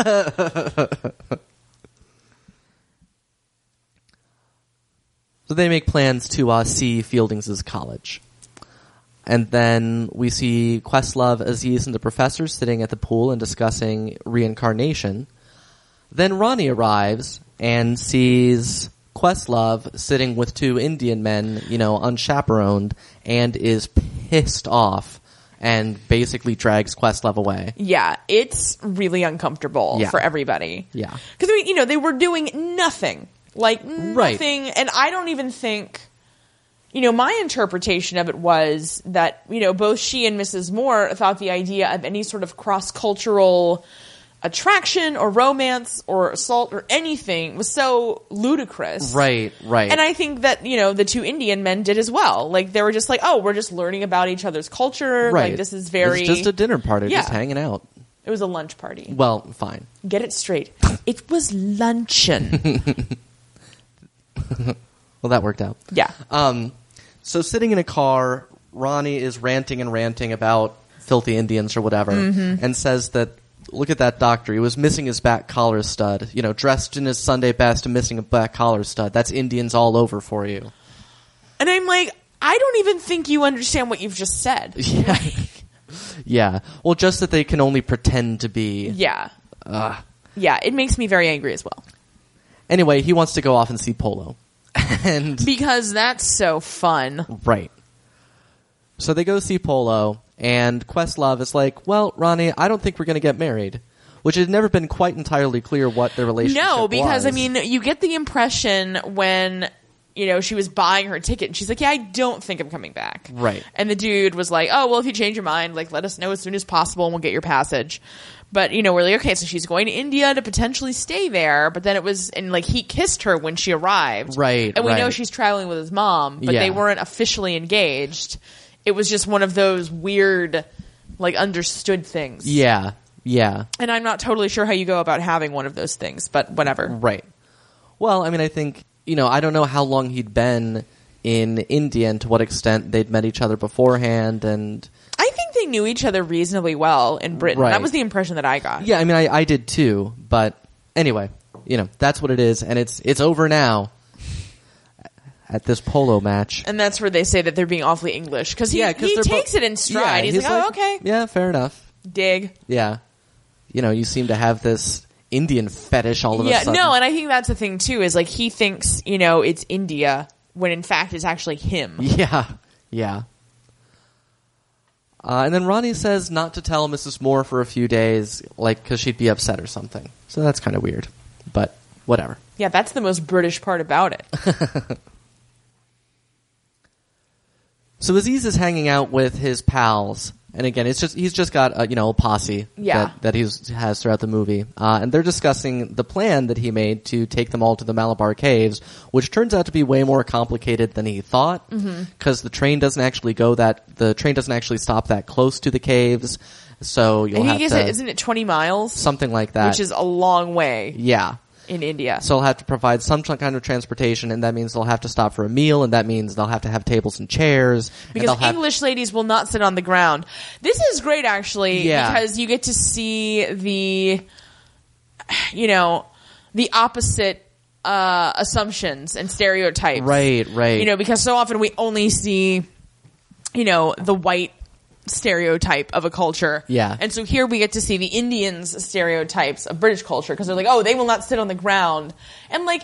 A: So they make plans to uh, see Fielding's college. And then we see Questlove, Aziz, and the professor sitting at the pool and discussing reincarnation. Then Ronnie arrives and sees Questlove sitting with two Indian men, you know, unchaperoned, and is pissed off and basically drags Questlove away.
B: Yeah, it's really uncomfortable
A: Yeah.
B: for everybody.
A: Yeah.
B: Because, I mean, you know, they were doing nothing. Like, nothing.
A: Right.
B: And I don't even think, you know, my interpretation of it was that, you know, both she and Mrs. Moore thought the idea of any sort of cross cultural attraction or romance or assault or anything was so ludicrous.
A: Right, right.
B: And I think that, you know, the two Indian men did as well. Like, they were just like, oh, we're just learning about each other's culture.
A: right.
B: Like, this is very.
A: It's just a dinner party, just
B: Yeah.
A: hanging out.
B: It was a lunch party.
A: Well, fine.
B: Get it straight. It was luncheon.
A: Well, that worked out.
B: yeah.
A: Um, so sitting in a car, Ronnie is ranting and ranting about filthy Indians or whatever, and says that look at that doctor. He was missing his back collar stud. You know, dressed in his Sunday best and missing a back collar stud. That's Indians all over for you.
B: And I'm like, I don't even think you understand what you've just said.
A: Yeah. yeah. Well, just that they can only pretend to be.
B: Yeah. Yeah, it makes me very angry as well.
A: Anyway, he wants to go off and see Polo, and
B: Because that's so fun.
A: Right. So they go see Polo, and Questlove is like, "Well, Ronnie, I don't think we're going to get married," which had never been quite entirely clear what their relationship.
B: No,
A: was.
B: because I mean, you get the impression when you know, she was buying her ticket and she's like, Yeah, I don't think I'm coming back.
A: Right.
B: And the dude was like, Oh, well, if you change your mind, like, let us know as soon as possible and we'll get your passage. But, you know, we're like, Okay, so she's going to India to potentially stay there. But then it was, and like, he kissed her when she arrived.
A: Right,
B: And we know
A: right.
B: she's traveling with his mom, but they
A: Yeah.
B: weren't officially engaged. It was just one of those weird, like, understood things.
A: Yeah. Yeah.
B: And I'm not totally sure how you go about having one of those things, but whatever.
A: Right. Well, I mean, I think you know, I don't know how long he'd been in India and to what extent they'd met each other beforehand, and
B: I think they knew each other reasonably well in Britain. That
A: Right.
B: was the impression that I got.
A: yeah, I mean, I, I did too, but anyway, you know, that's what it is, and it's it's over now at this polo match.
B: And that's where they say that they're being awfully English because he,
A: yeah,
B: he
A: they're bo-
B: takes it in stride.
A: Yeah,
B: he's, like, oh, okay,
A: yeah, fair enough.
B: dig.
A: Yeah, you know, you seem to have this Indian fetish all of a
B: Yeah,
A: sudden.
B: no, and I think that's the thing too is like he thinks you know it's India when in fact it's actually him.
A: Yeah, yeah. Uh, and then Ronnie says not to tell Mrs. Moore for a few days, like because she'd be upset or something. So that's kind of weird, but whatever.
B: Yeah, that's the most British part about it.
A: So Aziz is hanging out with his pals, and again, it's just he's just got a, you know a posse
B: Yeah.
A: that, that he has throughout the movie, uh, and they're discussing the plan that he made to take them all to the Malabar Caves, which turns out to be way more complicated than he thought,
B: Mm-hmm.
A: because the train doesn't actually go that the train doesn't actually stop that close to the caves, so you'll
B: And he
A: have
B: gets
A: to
B: it, isn't it twenty miles,
A: something like that,
B: which is a long way
A: yeah.
B: in India.
A: So they'll have to provide some kind of transportation, and that means they'll have to stop for a meal, and that means they'll have to have tables and chairs. and they'll
B: because
A: have-
B: English ladies will not sit on the ground. This is great, actually,
A: Yeah.
B: because you get to see the, you know, the opposite uh, assumptions and stereotypes.
A: Right, right.
B: You know, because so often we only see, you know, the white stereotype of a culture.
A: Yeah.
B: And so here we get to see the Indians stereotypes of British culture because they're like, oh, they will not sit on the ground. And like,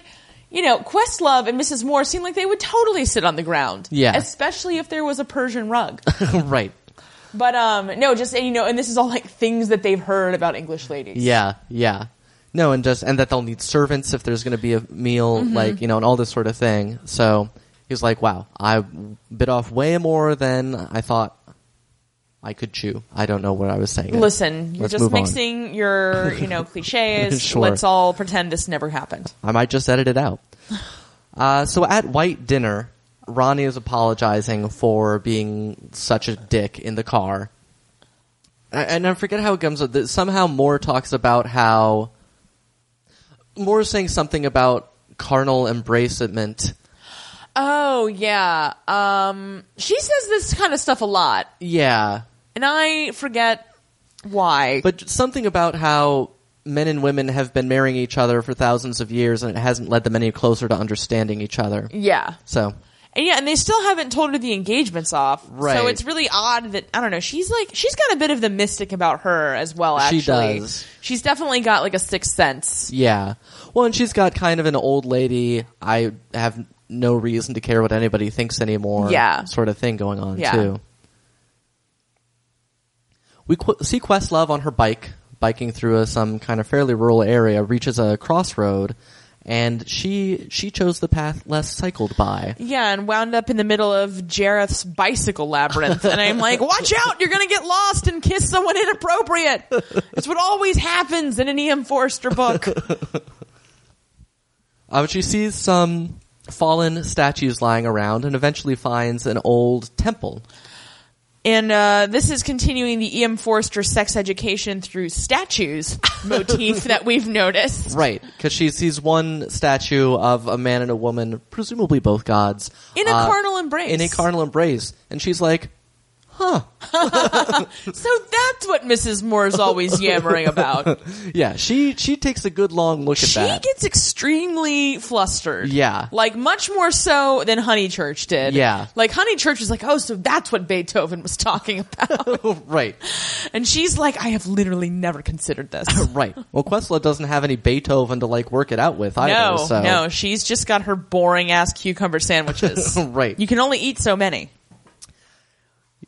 B: you know, Questlove and Mrs. Moore seem like they would totally sit on the ground.
A: Yeah.
B: Especially if there was a Persian rug.
A: right.
B: but um no, just you know, and this is all like things that they've heard about English ladies.
A: Yeah, yeah. No, and just and that they'll need servants if there's going to be a meal, like you know, and all this sort of thing. So he's like, "Wow, I bit off way more than I thought I could chew." I don't know what I was saying.
B: Listen, you're
A: Let's
B: just
A: move on.
B: mixing your, you know, cliches.
A: Sure.
B: Let's all pretend this never happened.
A: I might just edit it out. Uh, so at white dinner, Ronnie is apologizing for being such a dick in the car, A- and I forget how it comes up. that Somehow Moore talks about how Moore is saying something about carnal embracement.
B: Oh yeah. Um she says this kind of stuff a lot.
A: Yeah,
B: And I forget why.
A: but something about how men and women have been marrying each other for thousands of years, and it hasn't led them any closer to understanding each other.
B: yeah.
A: So
B: And yeah, and they still haven't told her the engagement's off.
A: Right.
B: So it's really odd that I don't know, she's like she's got a bit of the mystic about her as well,
A: She
B: actually.
A: does.
B: She's definitely got like a sixth sense.
A: Yeah. Well, and she's got kind of an old lady. I have no reason to care what anybody thinks anymore.
B: Yeah.
A: Sort of thing going on
B: Yeah.
A: too. We qu- see Questlove on her bike, biking through a, some kind of fairly rural area, reaches a crossroad, and she she chose the path less cycled by.
B: Yeah, and wound up in the middle of Jareth's bicycle labyrinth. and I'm like, watch out, you're gonna get lost and kiss someone inappropriate. It's what always happens in an E.M. Forster book.
A: Uh, but she sees some fallen statues lying around, and eventually finds an old temple.
B: And uh, this is continuing the E.M. Forster sex education through statues motif that we've noticed.
A: Right, because she sees one statue of a man and a woman, presumably both gods,
B: In a
A: uh,
B: carnal embrace.
A: in a carnal embrace, and she's like, "Huh?
B: So that's what Mrs. Moore's always yammering about.
A: Yeah." She she takes a good long look
B: She
A: at that.
B: gets extremely flustered.
A: Yeah.
B: Like much more so than Honeychurch did.
A: Yeah.
B: Like Honeychurch was like, oh, so that's what Beethoven was talking about.
A: right,
B: and she's like, I have literally never considered this.
A: right. Well, Questlove doesn't have any Beethoven to like work it out with either.
B: no,
A: so
B: no, she's just got her boring ass cucumber sandwiches.
A: Right.
B: You can only eat so many.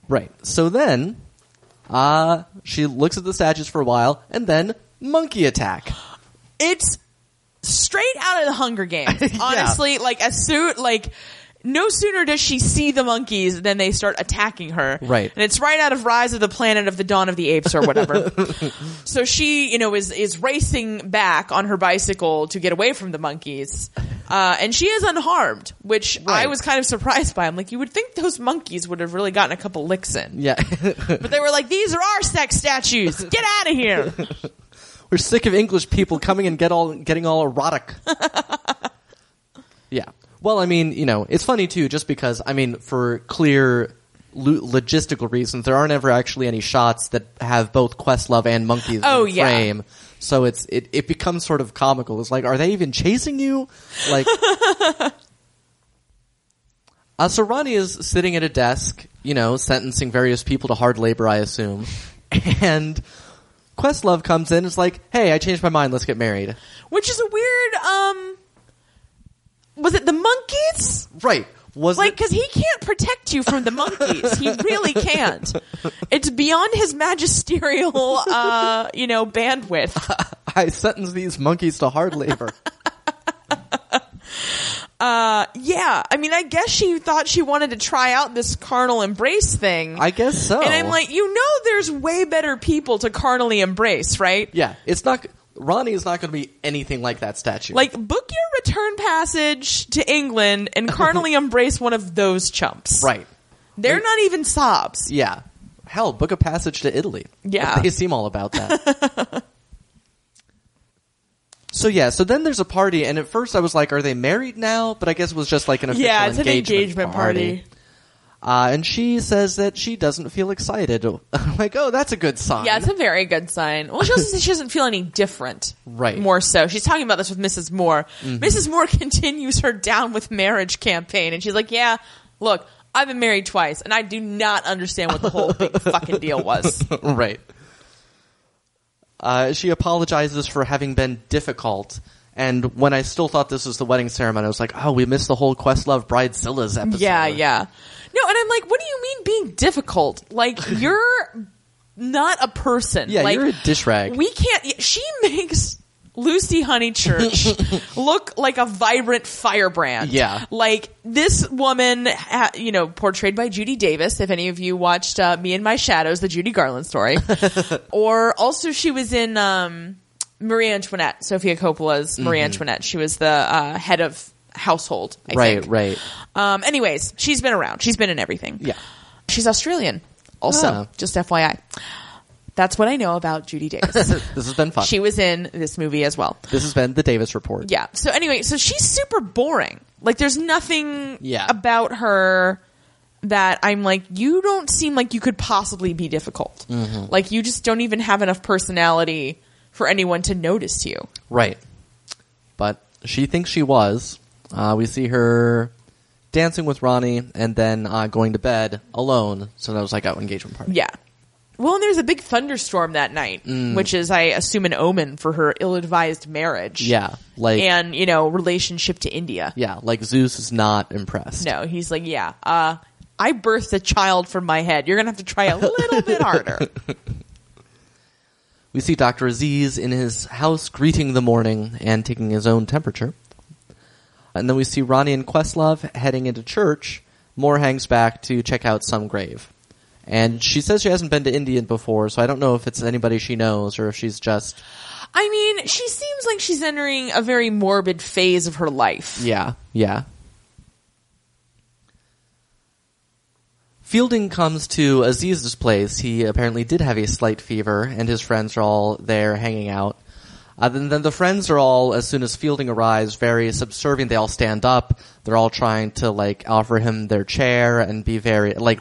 A: right. So then, uh, she looks at the statues for a while, and then monkey attack.
B: It's straight out of the Hunger Games. Honestly, like a suit, like no sooner does she see the monkeys than they start attacking her.
A: Right.
B: And it's right out of Rise of the Planet of the Dawn of the Apes or whatever. so she, you know, is is racing back on her bicycle to get away from the monkeys. Uh, and she is unharmed, which I
A: Right.
B: was kind of surprised by. I'm like, you would think those monkeys would have really gotten a couple licks in.
A: Yeah.
B: But they were like, these are our sex statues. Get out of here.
A: We're sick of English people coming and get all getting all erotic. yeah. Well, I mean, you know, it's funny too, just because I mean, for clear lo- logistical reasons, there aren't ever actually any shots that have both Questlove and monkeys
B: Oh,
A: in the
B: yeah.
A: frame. So it's it, it becomes sort of comical. It's like, are they even chasing you? Like, Uh, so Ronnie is sitting at a desk, you know, sentencing various people to hard labor, I assume. And Questlove comes in and is like, hey, I changed my mind, let's get married.
B: Which is a weird, um, was it the monkeys?
A: Right. Was
B: Like,
A: it?
B: cause he can't protect you from the monkeys. he really can't. It's beyond his magisterial, uh, you know, bandwidth.
A: I sentenced these monkeys to hard labor.
B: Uh, yeah. I mean, I guess she thought she wanted to try out this carnal embrace thing.
A: I guess so.
B: and I'm like, you know, there's way better people to carnally embrace, right?
A: yeah, it's not, Ronnie is not going to be anything like that statue.
B: Like, book your return passage to England and carnally embrace one of those chumps.
A: right.
B: They're not even sobs.
A: Yeah. Hell, book a passage to Italy.
B: Yeah.
A: They seem all about that. so yeah, so then there's a party, and at first I was like, are they married now? But I guess it was just like an official
B: Yeah, it's an
A: engagement
B: engagement party.
A: Uh, and she says that she doesn't feel excited. I'm like, oh, that's a good sign.
B: Yeah, it's a very good sign. Well, she also says she doesn't feel any different.
A: Right. Mm-hmm.
B: More so. She's talking about this with Mrs. Moore. Mrs. Moore continues her down with marriage campaign, and she's like, yeah, look, I've been married twice, and I do not understand what the whole big fucking deal was.
A: right. Uh, she apologizes for having been difficult. And when I still thought this was the wedding ceremony, I was like, oh, we missed the whole Questlove Bridezilla's episode.
B: Yeah, yeah. No, and I'm like, what do you mean being difficult? Like, you're not a person.
A: Yeah,
B: like,
A: you're a dish rag.
B: We can't. She makes Lucy Honeychurch look like a vibrant firebrand.
A: Yeah.
B: Like, this woman, ha- you know, portrayed by Judy Davis, if any of you watched uh, Me and My Shadows, the Judy Garland story, or also she was in. Um, Marie Antoinette, Sophia Coppola's
A: Mm-hmm.
B: Marie Antoinette. She was the uh, head of household. I
A: right,
B: think.
A: right.
B: Um, anyways, she's been around. She's been in everything.
A: Yeah.
B: She's Australian. Also,
A: Ah.
B: just FYI. That's what I know about Judy Davis.
A: This has been fun.
B: she was in this movie as well.
A: This has been the Davis Report.
B: Yeah. So anyway, so she's super boring. Like there's nothing
A: Yeah.
B: about her that I'm like, you don't seem like you could possibly be difficult.
A: Mm-hmm.
B: Like you just don't even have enough personality for anyone to notice you.
A: Right. But she thinks she was. Uh, we see her dancing with Ronnie and then uh, going to bed alone. So that was like our engagement party.
B: Yeah. Well, and there's a big thunderstorm that night,
A: Mm.
B: which is, I assume, an omen for her ill-advised marriage.
A: Yeah. Like,
B: And, you know, relationship to India.
A: yeah, like Zeus is not impressed.
B: No, he's like, yeah, uh, I birthed a child from my head. You're going to have to try a little bit harder.
A: We see Dr. Aziz in his house greeting the morning and taking his own temperature. And then we see Ronnie and Questlove heading into church. Moore hangs back to check out some grave. And she says she hasn't been to India before, so I don't know if it's anybody she knows or if she's just.
B: I mean, she seems like she's entering a very morbid phase of her life.
A: Yeah, yeah. Fielding comes to Aziz's place. He apparently did have a slight fever, and his friends are all there hanging out. Uh, then, then the friends are all, as soon as Fielding arrives, very subservient. They all stand up. They're all trying to like offer him their chair and be very like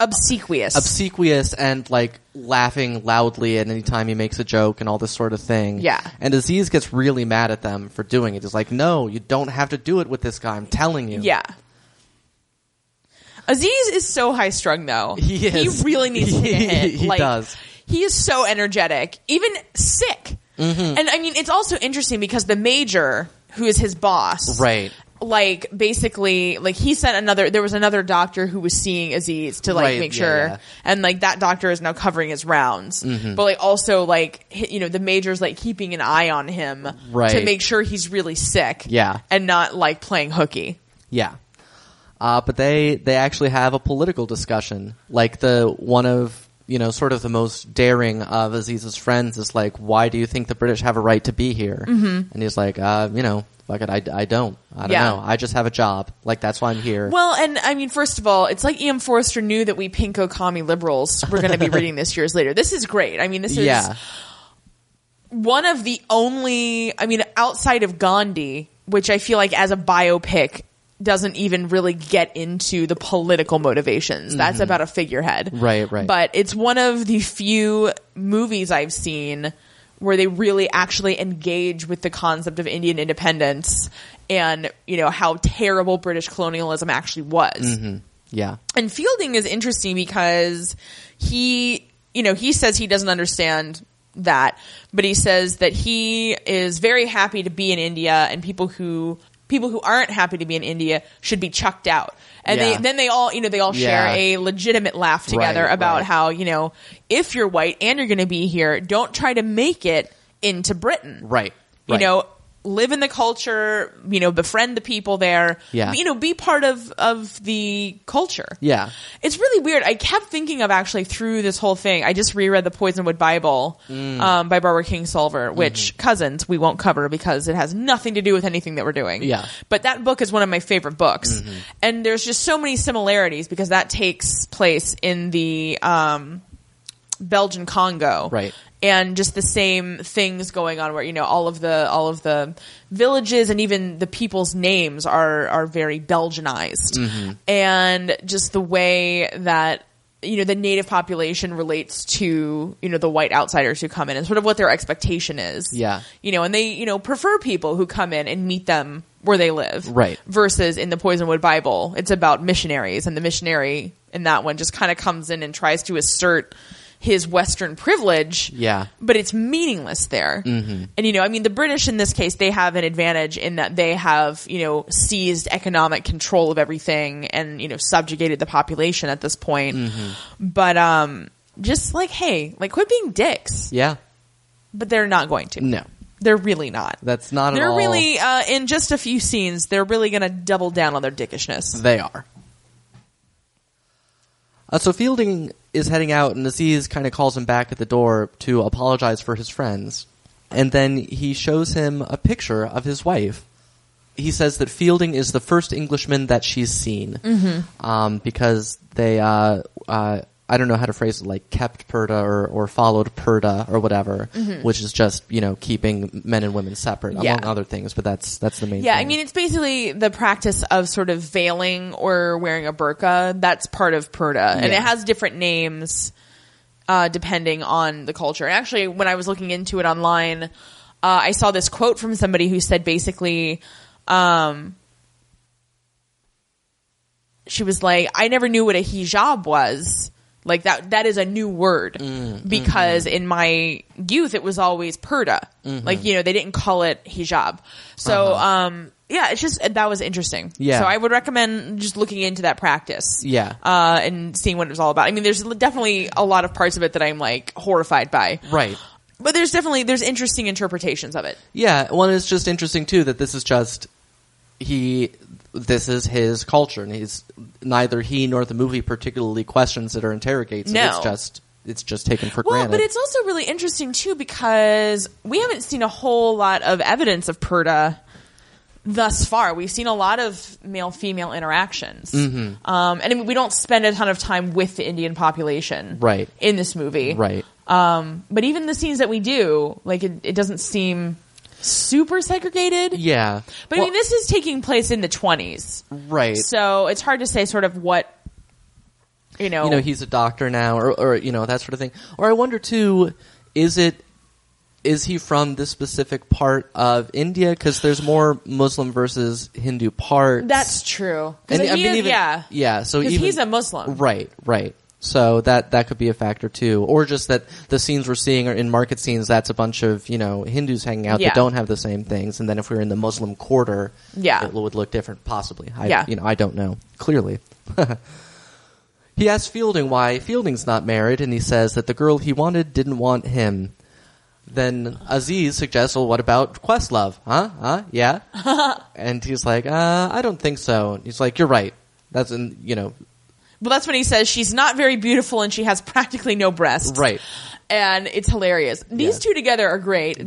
B: Obsequious.
A: obsequious and like laughing loudly at any time he makes a joke and all this sort of thing.
B: Yeah.
A: And Aziz gets really mad at them for doing it. He's like, "No, you don't have to do it with this guy. I'm telling you."
B: yeah. Aziz is so high strung though.
A: He is.
B: He really needs to hit a hit.
A: He
B: like,
A: does.
B: He is so energetic, even
A: Mm-hmm.
B: sick. And I mean, it's also interesting because the major, who is his boss,
A: Right.
B: like basically like he sent another there was another doctor who was seeing Aziz to like
A: Right,
B: make
A: yeah,
B: sure
A: yeah. Mm-hmm.
B: and like that doctor is now covering his rounds but like also like hi- you know the major's like keeping an eye on him to
A: Right.
B: make sure he's really sick
A: Yeah.
B: and not like playing hooky
A: Yeah. Uh, but they they actually have a political discussion. Like the one of you know sort of the most daring of Aziz's friends is like, why do you think the British have a right to be here? Mm-hmm. And he's like, uh, you know, fuck it, I, I don't, I don't
B: Yeah.
A: know, I just have a job. Like that's why I'm here.
B: well and I mean first of all it's like Ian Forster knew that we pinko commie liberals were going to be reading this years later this is great I mean this is
A: yeah,
B: one of the only I mean outside of Gandhi, which I feel like as a biopic doesn't even really get into the political motivations. That's about a figurehead.
A: Mm-hmm. Right, right.
B: But it's one of the few movies I've seen where they really actually engage with the concept of Indian independence and, you know, how terrible British colonialism actually was.
A: Mm-hmm. yeah,
B: And Fielding is interesting because he, you know, he says he doesn't understand that, but he says that he is very happy to be in India and people who people who aren't happy to be in India should be chucked out. And
A: Yeah.
B: they, then they all, you know, they all share
A: Yeah.
B: a legitimate laugh together
A: Right,
B: about
A: right.
B: how, you know, if you're white and you're going to be here, don't try to make it into Britain
A: right,
B: you
A: right.
B: know live in the culture you know befriend the people there
A: Yeah.
B: you know be part of of the culture
A: yeah,
B: it's really weird i kept thinking of actually through this whole thing i just reread the poisonwood bible
A: Mm.
B: um, by barbara kingsolver
A: Mm-hmm.
B: which cousins we won't cover because it has nothing to do with anything that we're doing
A: Yeah. Mm-hmm.
B: but that book is one of my favorite books and there's just so many similarities because that takes place in the um, Belgian Congo.
A: Right.
B: And just the same things going on where, you know, all of the all of the villages and even the people's names are are very Belgianized.
A: Mm-hmm.
B: And just the way that you know the native population relates to you know the white outsiders who come in and sort of what their expectation is
A: Yeah.
B: you know and they you know prefer people who come in and meet them where they live
A: Right.
B: versus in the Poisonwood Bible, it's about missionaries, and the missionary in that one just kind of comes in and tries to assert his Western privilege.
A: Yeah.
B: But it's meaningless there. Mm-hmm. And, you know, I mean, the British in this case, they have an advantage in that they have, you know, seized economic control of everything and, you know, subjugated the population at this point.
A: Mm-hmm.
B: But, um, just like, hey, like quit being dicks.
A: yeah.
B: But they're not going to.
A: No,
B: They're really not.
A: that's not at
B: They're
A: all.
B: really uh, in just a few scenes. They're really going to double down on their dickishness.
A: They are. Uh, so Fielding is heading out, and Aziz kind of calls him back at the door to apologize for his friends. And then he shows him a picture of his wife. He says that Fielding is the first Englishman that she's seen
B: Mm-hmm.
A: um, because they, uh, uh, I don't know how to phrase it, like kept Purda or, or followed Purda or whatever, which is just you know keeping men and women separate
B: Mm-hmm. Yeah.
A: among other things. But that's that's the main.
B: Yeah, I
A: thing.
B: mean it's basically the practice of sort of veiling or wearing a burqa. That's part of purdah, and
A: Yeah.
B: it has different names uh, depending on the culture. And actually, when I was looking into it online, uh, I saw this quote from somebody who said basically. Um, she was like, I never knew what a hijab was. Like that that is a new word
A: Mm, mm-hmm.
B: because in my youth it was always purda.
A: Mm-hmm.
B: Like, you know, they didn't call it hijab. So um yeah, it's just that was interesting.
A: Uh-huh. Yeah.
B: So I would recommend just looking into that practice.
A: Yeah.
B: Uh and seeing what it was all about. I mean, there's definitely a lot of parts of it that I'm like horrified by.
A: right.
B: But there's definitely there's interesting interpretations of it.
A: Yeah, well, it's just interesting too that this is just he. This is his culture, and he's neither he nor the movie particularly questions it or interrogates it.
B: No.
A: It's just it's just taken for
B: Well,
A: granted.
B: but it's also really interesting too because we haven't seen a whole lot of evidence of Purda thus far. We've seen a lot of male female interactions,
A: Mm-hmm.
B: um, and I mean, we don't spend a ton of time with the Indian population,
A: Right.
B: In this movie,
A: right.
B: Um, but even the scenes that we do, like it, it doesn't seem super segregated.
A: Yeah,
B: But I mean, this is taking place in the twenties,
A: right.
B: so it's hard to say sort of what you know.
A: you know, he's a doctor now, or, or you know that sort of thing. Or I wonder too, is it is he from this specific part of India? Because there's more Muslim versus Hindu parts.
B: that's true. 'Cause
A: And
B: he is-
A: even-
B: yeah.
A: yeah. So
B: Because
A: even
B: he's a Muslim.
A: Right, right. So that that could be a factor too, or just that the scenes we're seeing are in market scenes. That's a bunch of you know Hindus hanging out
B: Yeah.
A: that don't have the same things, and then if we were in the Muslim quarter,
B: Yeah.
A: it would look different. Possibly, I,
B: Yeah.
A: You know, I don't know. Clearly, he asks Fielding why Fielding's not married, and he says that the girl he wanted didn't want him. Then Aziz suggests, "Well, what about Questlove? Huh? Huh? Yeah." and he's like, uh, "I don't think so." And he's like, "You're right. That's in you know
B: Well, that's when he says she's not very beautiful and she has practically no breasts.
A: right."
B: And it's hilarious. These
A: Yeah.
B: two together are great. They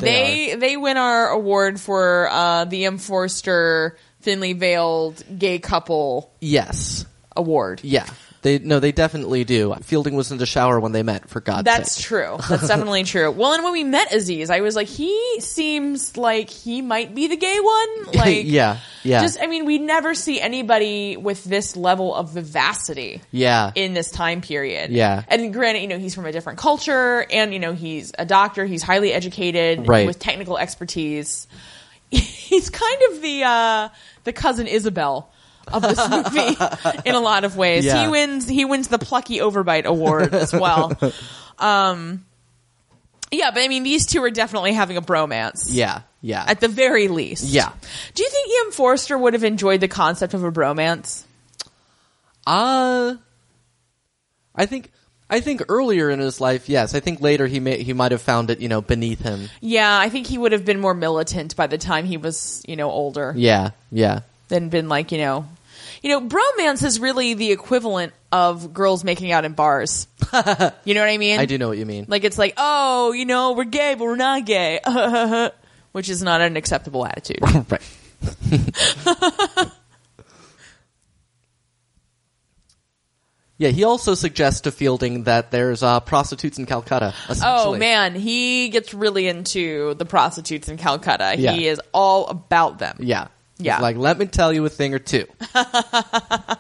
A: They
B: they, win our award for uh, the M. Forster thinly veiled gay couple
A: Yes.
B: award.
A: Yeah. They no, they definitely do. Fielding was in the shower when they met. For God's
B: That's
A: sake.
B: true. That's definitely true. Well, and when we met Aziz, I was like, he seems like he might be the gay one. Like,
A: yeah, yeah,
B: Just, I mean, we never see anybody with this level of vivacity
A: yeah,
B: in this time period.
A: Yeah.
B: And granted, you know, he's from a different culture and, you know, he's a doctor, he's highly educated
A: Right.
B: with technical expertise. He's kind of the, uh, the cousin Isabel of this movie in a lot of ways.
A: Yeah.
B: He wins, he wins the Plucky Overbite Award as well. um, yeah, but I mean, these two are definitely having a bromance.
A: yeah, yeah.
B: At the very least.
A: Yeah.
B: Do you think E.M. Forster would have enjoyed the concept of a bromance?
A: uh, I think I think earlier in his life, yes. I think later he may he might have found it, you know, beneath him.
B: Yeah, I think he would have been more militant by the time he was, you know, older
A: Yeah, yeah,
B: than been like, you know, you know, bromance is really the equivalent of girls making out in bars. you know what I mean?
A: I do know what you mean.
B: Like it's like, oh, you know, we're gay, but we're not gay, which is not an acceptable attitude.
A: right. yeah, he also suggests to Fielding that there's uh, prostitutes in Calcutta.
B: Oh
A: essentially.
B: man, he gets really into the prostitutes in Calcutta.
A: Yeah.
B: He is all about them.
A: Yeah.
B: Yeah.
A: He's like, let me tell you a thing or two. uh,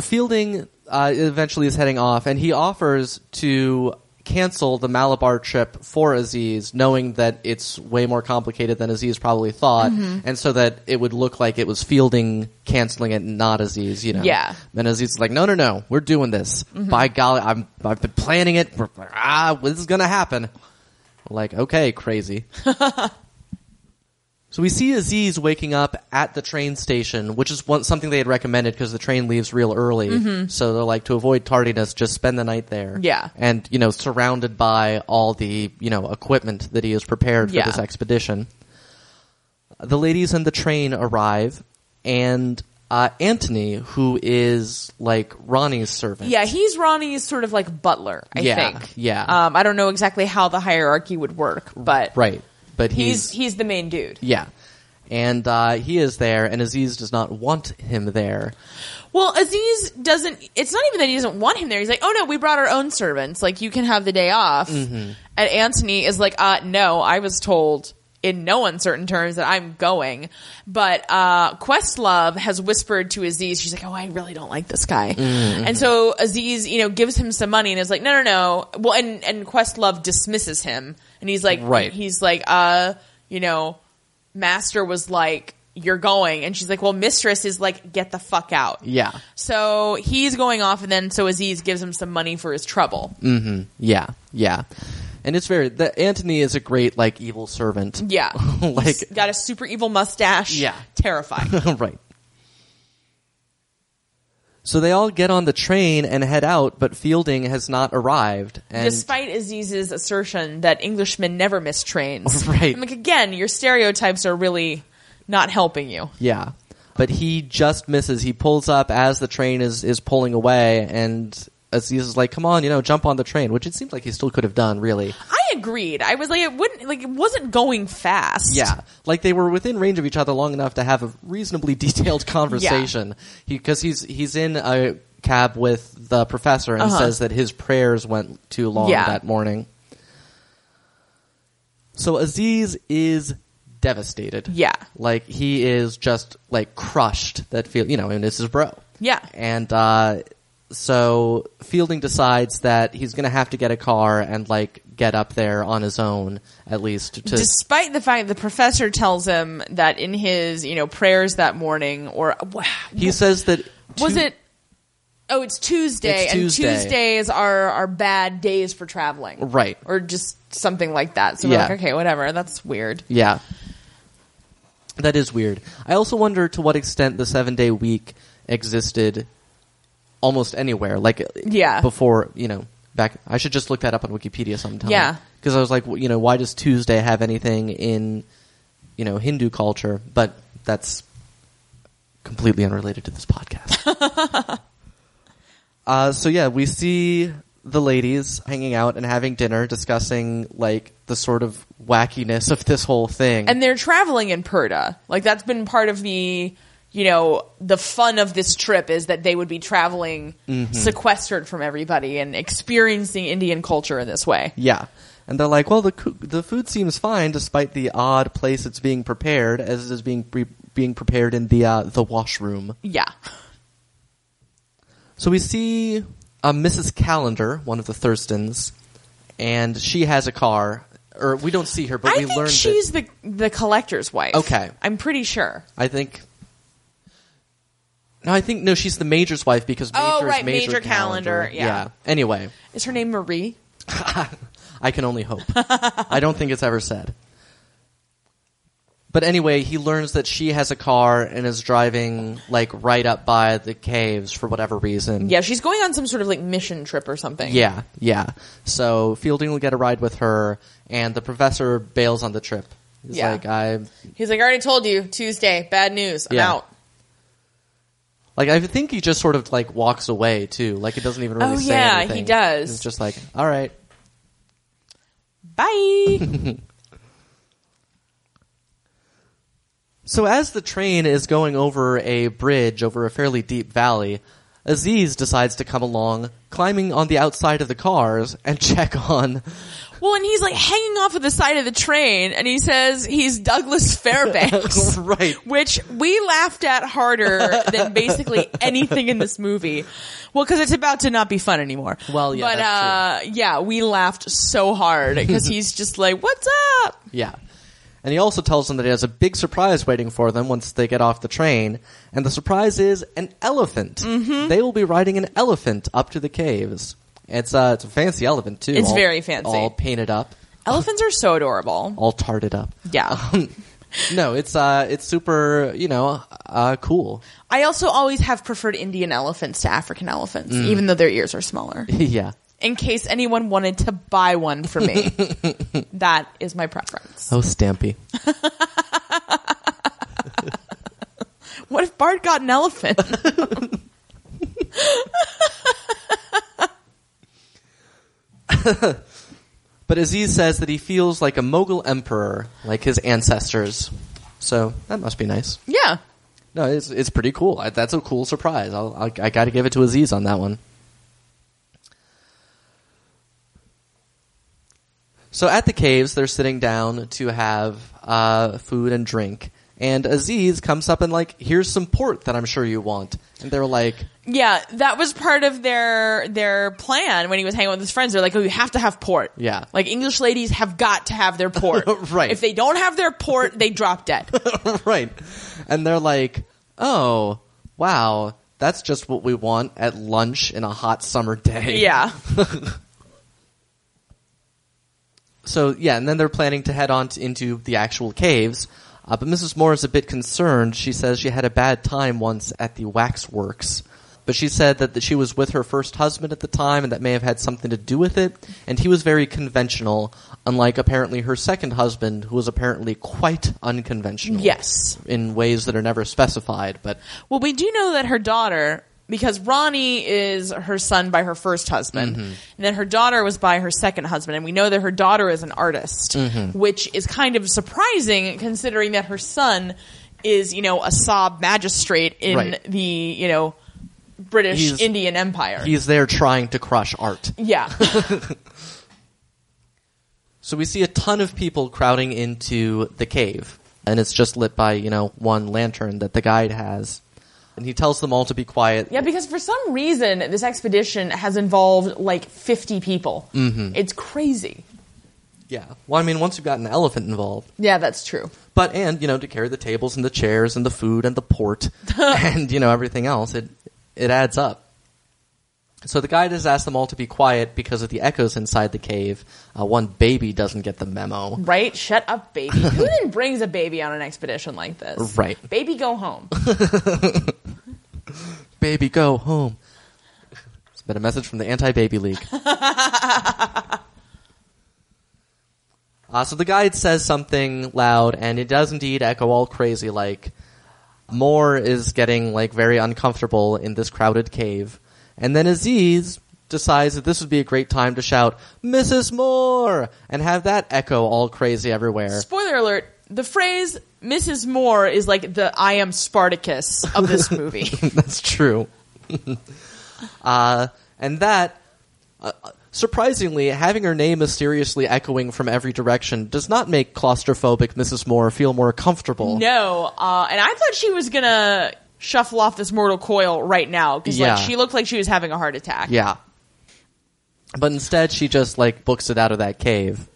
A: Fielding uh, eventually is heading off, and he offers to cancel the Malabar trip for Aziz, knowing that it's way more complicated than Aziz probably thought,
B: Mm-hmm.
A: and so that it would look like it was Fielding canceling it, not Aziz, you know.
B: Yeah. Mm-hmm.
A: And Aziz is like, no, no, no, we're doing this. By golly, I'm, I've been planning it. We're- Ah, this is going to happen. Like, okay, crazy. So we see Aziz waking up at the train station, which is one, something they had recommended because the train leaves real early. So they're like, to avoid tardiness, just spend the night there.
B: Mm-hmm. Yeah.
A: And, you know, surrounded by all the, you know, equipment that he has prepared
B: Yeah.
A: for this expedition. The ladies and the train arrive, and uh, Antony, who is like Ronnie's servant.
B: Yeah, he's Ronnie's sort of like butler, I
A: Yeah,
B: think.
A: yeah.
B: Um, I don't know exactly how the hierarchy would work, but
A: Right. But
B: he's he's the main dude.
A: yeah. And uh, he is there, and Aziz does not want him there.
B: Well, Aziz doesn't it's not even that he doesn't want him there. He's like, "Oh no, we brought our own servants. Like you can have the day off." And Anthony is like, "Uh no, I was told in no uncertain terms that I'm going." But uh Questlove has whispered to Aziz, she's like, "Oh, I really don't like this guy." And so Aziz, you know, gives him some money and is like, "No, no, no." Well, and and Questlove dismisses him. And he's like
A: Right.
B: he's like, "Uh, you know, master was like, "You're going," and she's like, "Well, mistress is like, get the fuck out."
A: Yeah.
B: So he's going off, and then so Aziz gives him some money for his trouble.
A: Mm. Yeah, yeah. And it's very the Antony is a great like evil servant.
B: Yeah,
A: Like-
B: He's got a super evil mustache.
A: Yeah.
B: terrifying.
A: right. So they all get on the train and head out, but Fielding has not arrived. And
B: Despite Aziz's assertion that Englishmen never miss trains,
A: Right.
B: I'm like, again, your stereotypes are really not helping you.
A: yeah. But he just misses. He pulls up as the train is, is pulling away and Aziz is like, Come on, you know, jump on the train, which it seems like he still could have done, really.
B: I agreed. I was like, it wouldn't like it wasn't going fast.
A: Yeah, like they were within range of each other long enough to have a reasonably detailed conversation. Because he's he's in a cab with the professor and
B: Uh-huh.
A: says that his prayers went too long
B: Yeah.
A: that morning. So Aziz is devastated.
B: Yeah.
A: like he is just like crushed. That feel you know, and it's his bro.
B: Yeah.
A: and uh, so Fielding decides that he's going to have to get a car and like get up there on his own at least to
B: Despite the fact the professor tells him that in his, you know, prayers that morning, or
A: He says that
B: was
A: two-
B: it Oh, it's Tuesday,
A: It's
B: and
A: Tuesday.
B: Tuesdays are are bad days for traveling,
A: Right.
B: Or just something like that. So we're
A: Yeah.
B: like, okay, whatever. That's weird.
A: Yeah. That is weird. I also wonder to what extent the seven day week existed almost anywhere. Like,
B: Yeah.
A: Before, you know, back. I should just look that up on Wikipedia sometime.
B: Yeah.
A: Because I was like, w- you know, why does Tuesday have anything in, you know, Hindu culture? But that's completely unrelated to this podcast. uh, so, yeah, we see the ladies hanging out and having dinner discussing, like, the sort of wackiness of this whole thing.
B: And they're traveling in Perda. Like that's been part of the, you know, the fun of this trip is that they would be traveling
A: Mm-hmm.
B: sequestered from everybody and experiencing Indian culture in this way.
A: Yeah. And they're like, well, the coo- the food seems fine despite the odd place it's being prepared, as it is being pre- being prepared in the uh, the washroom.
B: Yeah.
A: So we see uh, Mrs. Calendar, one of the Thurstons, and she has a car. Or we don't see her, but
B: I
A: we
B: think
A: learned
B: she's the the collector's wife.
A: Okay.
B: I'm pretty sure.
A: I think. No, I think no. She's the major's wife because major
B: Oh,
A: is
B: right,
A: major,
B: Major Calendar, yeah.
A: Anyway,
B: Is her name Marie?
A: I can only hope. I don't think it's ever said. But anyway, he learns that she has a car and is driving like right up by the caves for whatever reason.
B: Yeah, she's going on some sort of like mission trip or something.
A: Yeah, yeah. So Fielding will get a ride with her and the professor bails on the trip. He's
B: Yeah.
A: like I
B: He's like, I already told you, Tuesday, bad news. I'm
A: Yeah.
B: out.
A: like I think he just sort of like walks away too. Like he doesn't even really
B: Oh,
A: say
B: yeah, he
A: anything.
B: does.
A: It's just like, "All right."
B: Bye.
A: So as the train is going over a bridge over a fairly deep valley, Aziz decides to come along, climbing on the outside of the cars and check on.
B: well, and he's like hanging off of the side of the train and he says he's Douglas Fairbanks.
A: right.
B: Which we laughed at harder than basically anything in this movie. Well, because it's about to not be fun anymore.
A: Well, yeah,
B: But
A: that's
B: uh, yeah, we laughed so hard because he's just like, "What's up?"
A: Yeah. And he also tells them that he has a big surprise waiting for them once they get off the train, and the surprise is an elephant.
B: Mm-hmm.
A: They will be riding an elephant up to the caves. It's uh, it's a fancy elephant too.
B: It's very fancy.
A: all painted up,
B: Elephants are so adorable.
A: all tarted up.
B: Yeah.
A: No, it's uh, it's super, you know, uh, cool.
B: I also always have preferred Indian elephants to African elephants,
A: Mm.
B: even though their ears are smaller.
A: yeah.
B: In case anyone wanted to buy one for me, that is my preference.
A: Oh, Stampy.
B: What if Bart got an elephant?
A: But Aziz says that he feels like a Mughal emperor, like his ancestors. So that must be nice.
B: yeah.
A: No, it's it's pretty cool. I, that's a cool surprise. I'll, I, I got to give it to Aziz on that one. So at the caves, they're sitting down to have uh, food and drink, and Aziz comes up and like, "Here's some port that I'm sure you want," and they're like,
B: Yeah, that was part of their their plan when he was hanging with his friends. They're like, "Oh, you have to have port."
A: Yeah.
B: like English ladies have got to have their port.
A: Right.
B: If they don't have their port, they drop dead.
A: right. And they're like, oh, wow, that's just what we want at lunch in a hot summer day.
B: yeah,
A: So, yeah, and then they're planning to head on to, into the actual caves. Uh, but Mrs. Moore is a bit concerned. She says she had a bad time once at the waxworks. But she said that, that she was with her first husband at the time and that may have had something to do with it. And he was very conventional, unlike apparently her second husband, who was apparently quite unconventional.
B: yes.
A: In ways that are never specified, but
B: Well, we do know that her daughter, because Ronnie is her son by her first husband,
A: Mm-hmm.
B: and then her daughter was by her second husband, and we know that her daughter is an artist,
A: Mm-hmm.
B: which is kind of surprising considering that her son is, you know, a Saab magistrate in
A: Right.
B: the, you know, British
A: He's-
B: Indian Empire.
A: he's there trying to crush art.
B: yeah.
A: So we see a ton of people crowding into the cave, and it's just lit by, you know, one lantern that the guide has. And he tells them all to be quiet.
B: Yeah, because for some reason, this expedition has involved like 50 people. Mm-hmm. It's crazy.
A: Yeah. Well, I mean, once you've got an elephant involved,
B: Yeah, that's true.
A: but and you know, to carry the tables and the chairs and the food and the port and you know everything else, it it adds up. So the guide has asked them all to be quiet because of the echoes inside the cave. Uh, one baby doesn't get the memo.
B: Right? Shut up, baby. Who then brings a baby on an expedition like this?
A: Right.
B: Baby, go home.
A: Baby, go home. It's been a message from the anti-baby league. uh, so the guide says something loud, and it does indeed echo all crazy. Like Moore is getting like very uncomfortable in this crowded cave, and then Aziz decides that this would be a great time to shout "Mrs. Moore" and have that echo all crazy everywhere.
B: Spoiler alert the phrase Mrs. Moore is like the I am Spartacus of this movie.
A: That's true. uh, and that, uh, surprisingly, having her name mysteriously echoing from every direction does not make claustrophobic Mrs. Moore feel more comfortable.
B: no, uh, and I thought she was going to shuffle off this mortal coil right now because
A: Yeah.
B: like, she looked like she was having a heart attack.
A: Yeah. But instead, she just, like, books it out of that cave.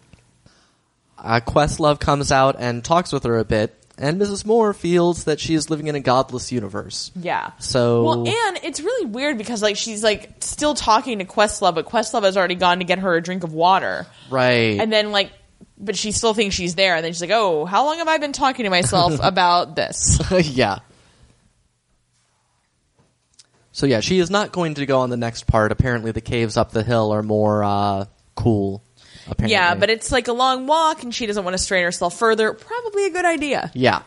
A: Uh, Questlove comes out and talks with her a bit, and Mrs. Moore feels that she is living in a godless universe.
B: Yeah.
A: So-
B: well, and it's really weird because like she's like still talking to Questlove, but Questlove has already gone to get her a drink of water,
A: Right.
B: and then like, but she still thinks she's there, and then she's like, "Oh, how long have I been talking to myself about this?"
A: yeah. So yeah, she is not going to go on the next part. Apparently, the caves up the hill are more uh, cool. Apparently,
B: yeah, but it's like a long walk, and she doesn't want to strain herself further. Probably a good idea.
A: yeah,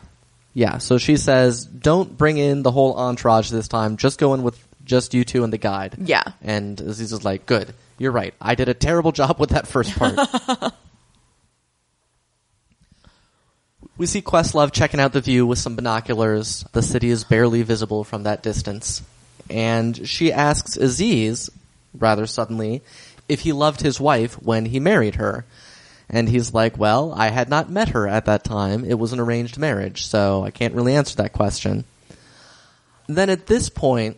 A: yeah. So she says, "Don't bring in the whole entourage this time. Just go in with just you two and the guide."
B: Yeah.
A: And Aziz is like, "Good, you're right. I did a terrible job with that first part." we see Questlove checking out the view with some binoculars. The city is barely visible from that distance. And she asks Aziz, rather suddenly, if he loved his wife when he married her. And he's like, Well, I had not met her at that time. It was an arranged marriage, so I can't really answer that question. Then at this point,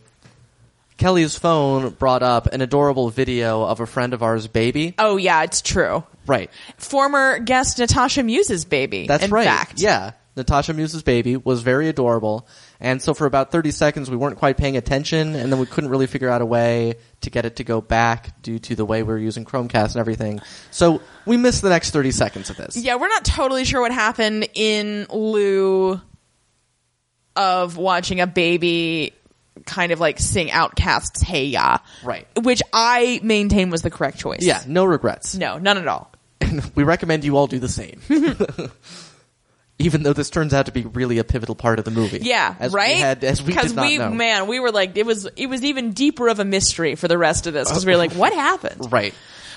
A: Kelly's phone brought up an adorable video of a friend of ours' baby.
B: Oh yeah, it's true.
A: Right.
B: Former guest Natasha Muse's baby.
A: That's
B: in
A: right.
B: Fact.
A: Yeah. Natasha Muse's baby was very adorable. And so for about 30 seconds, we weren't quite paying attention, and then we couldn't really figure out a way to get it to go back due to the way we were using Chromecast and everything. So we missed the next 30 seconds of this.
B: Yeah, we're not totally sure what happened in lieu of watching a baby kind of like sing Outcasts Hey Ya.
A: Right.
B: Which I maintain was the correct choice.
A: Yeah, no regrets.
B: No, none at all.
A: we recommend you all do the same. Even though this turns out to be really a pivotal part of the movie.
B: Yeah,
A: as
B: right?
A: We had, as we did not
B: we
A: know.
B: man, we were like it was it was even deeper of a mystery for the rest of this cuz we were like what happened?
A: right.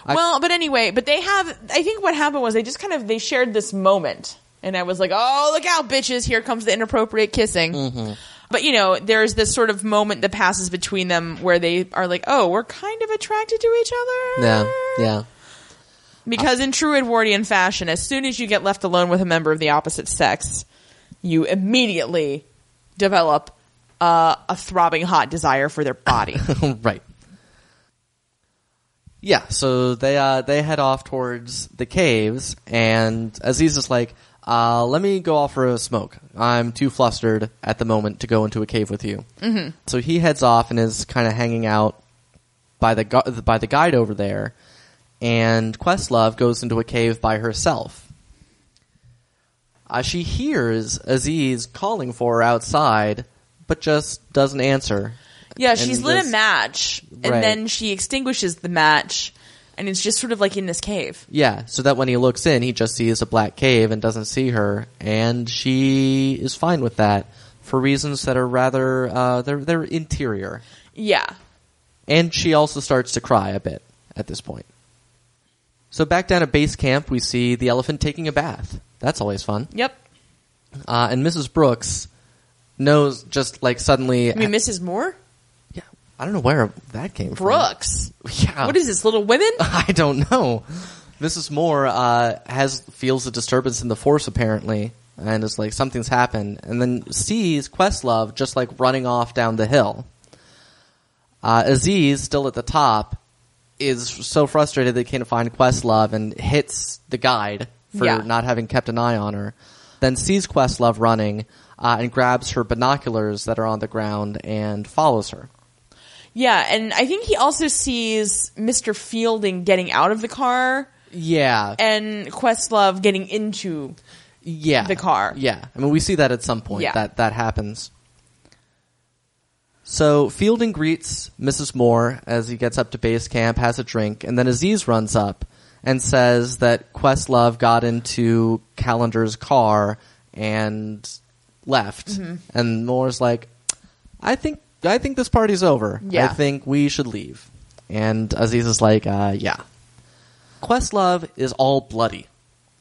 A: I-
B: well, but anyway, but they have I think what happened was they just kind of they shared this moment and I was like, "Oh, look out bitches, here comes the inappropriate kissing."
A: Mm-hmm.
B: But you know, there's this sort of moment that passes between them where they are like, "Oh, we're kind of attracted to each other."
A: yeah, yeah.
B: Because in true Edwardian fashion, as soon as you get left alone with a member of the opposite sex, you immediately develop uh, a throbbing hot desire for their body.
A: right. Yeah, so they uh, they head off towards the caves, and Aziz is like, uh, "Let me go off for a smoke. I'm too flustered at the moment to go into a cave with you." Mm-hmm. So he heads off and is kind of hanging out by the gu- by the guide over there, and Questlove goes into a cave by herself. Uh, she hears Aziz calling for her outside, but just doesn't answer.
B: Yeah,
A: And
B: she's lit a
A: just-
B: match, and
A: Right.
B: then she extinguishes the match, and it's just sort of like in this cave.
A: Yeah, so that when he looks in, he just sees a black cave and doesn't see her, and she is fine with that for reasons that are rather uh, they're they're interior,
B: Yeah.
A: and she also starts to cry a bit at this point. So back down at base camp, we see the elephant taking a bath. That's always fun,
B: Yep.
A: uh, and Mrs. Brooks knows just like suddenly.
B: I mean, Mrs. Moore?
A: yeah, I don't know where that came
B: Brooks.
A: from. Yeah,
B: What is this, Little Women?
A: I don't know. Mrs. Moore uh, has feels a disturbance in the force apparently, and is like something's happened, and then sees Questlove just like running off down the hill. Uh, Aziz, still at the top, is so frustrated that he can't find Questlove and hits the guide for
B: Yeah.
A: not having kept an eye on her. Then sees Questlove running uh, and grabs her binoculars that are on the ground and follows her.
B: Yeah, and I think he also sees Mr. Fielding getting out of the car
A: Yeah.
B: and Questlove getting into.
A: yeah.
B: the car.
A: Yeah. I mean, we see that at some point.
B: Yeah.
A: That that happens. So Fielding greets Mrs. Moore as he gets up to base camp, has a drink, and then Aziz runs up and says that Questlove got into Calendar's car and left.
B: Mm-hmm.
A: And Moore's like, I think I think this party's over.
B: Yeah.
A: I think we should leave. And Aziz is like, uh, yeah. Questlove is all bloody.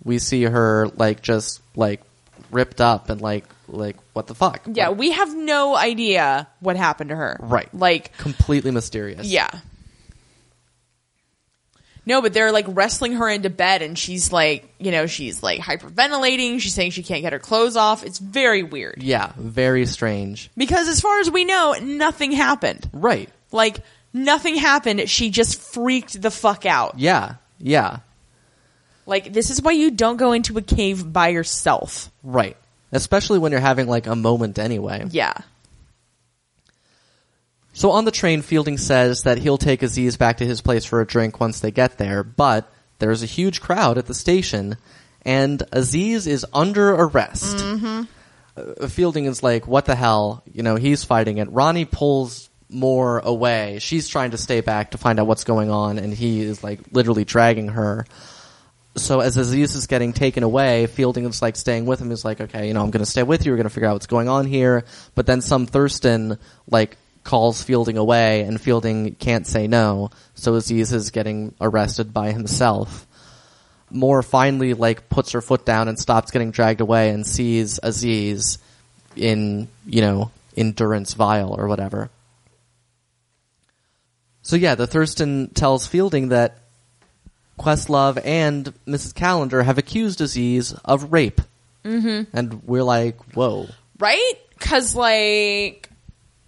A: We see her like just like ripped up and like like what the fuck?
B: Yeah,
A: Like,
B: we have no idea what happened to her.
A: Right.
B: Like,
A: completely mysterious.
B: yeah. No, but they're like wrestling her into bed and she's like, you know, she's like hyperventilating. She's saying she can't get her clothes off. It's very weird.
A: Yeah, very strange.
B: Because as far as we know, nothing happened.
A: Right.
B: Like, nothing happened. She just freaked the fuck out.
A: Yeah. Yeah.
B: Like, this is why you don't go into a cave by yourself.
A: Right. Especially when you're having like a moment anyway.
B: Yeah.
A: So on the train, Fielding says that he'll take Aziz back to his place for a drink once they get there, but there's a huge crowd at the station, and Aziz is under arrest. Uh, Fielding is like, what the hell? You know, he's fighting it. Ronnie pulls more away. She's trying to stay back to find out what's going on, and he is like literally dragging her. So as Aziz is getting taken away, Fielding is like staying with him. He's like, okay, you know, I'm going to stay with you. We're going to figure out what's going on here. But then some Thurston like calls Fielding away, and Fielding can't say no. So Aziz is getting arrested by himself. Moore finally like puts her foot down and stops getting dragged away and sees Aziz in you know endurance vial or whatever. So yeah, the Thurston tells Fielding that Questlove and Mrs. Calendar have accused Aziz of rape. Mm-hmm. And we're like, whoa.
B: Right? Because, like,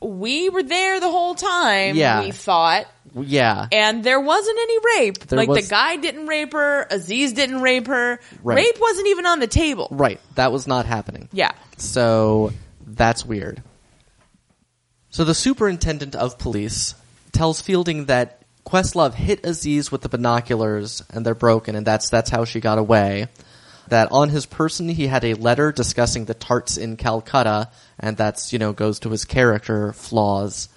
B: we were there the whole time,
A: Yeah.
B: we thought.
A: Yeah.
B: And there wasn't any rape.
A: There
B: like,
A: was-
B: the guy didn't rape her. Aziz didn't rape her.
A: Right.
B: Rape wasn't even on the table.
A: right. That was not happening.
B: Yeah.
A: So that's weird. So the superintendent of police tells Fielding that Questlove hit Aziz with the binoculars and they're broken and that's that's how she got away. That on his person he had a letter discussing the tarts in Calcutta and that's, you know, goes to his character flaws.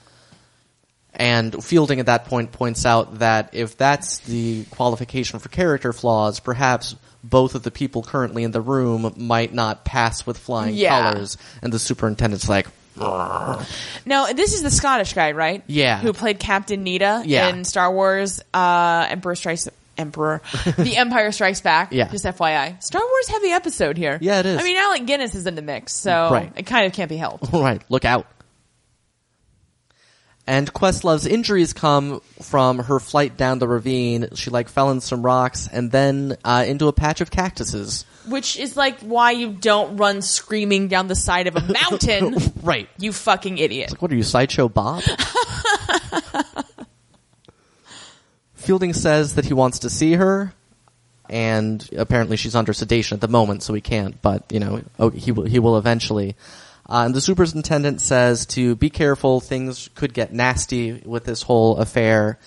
A: And Fielding at that point points out that if that's the qualification for character flaws, perhaps both of the people currently in the room might not pass with flying
B: Yeah.
A: colors. And the superintendent's like,
B: Now, this is the Scottish guy, right?
A: Yeah.
B: Who played Captain Nita
A: Yeah.
B: in Star Wars, uh, Emperor Strikes Emperor. the Empire Strikes Back.
A: Yeah.
B: Just FYI. Star Wars heavy episode here.
A: Yeah, it is.
B: I mean, Alec Guinness is in the mix, so
A: Right.
B: it kind of can't be helped.
A: right, look out. And Questlove's injuries come from her flight down the ravine. She like fell in some rocks and then uh, into a patch of cactuses.
B: Which is like why you don't run screaming down the side of a mountain,
A: Right.
B: you fucking idiot.
A: What are you, Sideshow Bob? Fielding says that he wants to see her, and apparently she's under sedation at the moment, so he can't, but, you know, oh, he, will, he will eventually. Uh, and the superintendent says to be careful, things could get nasty with this whole affair,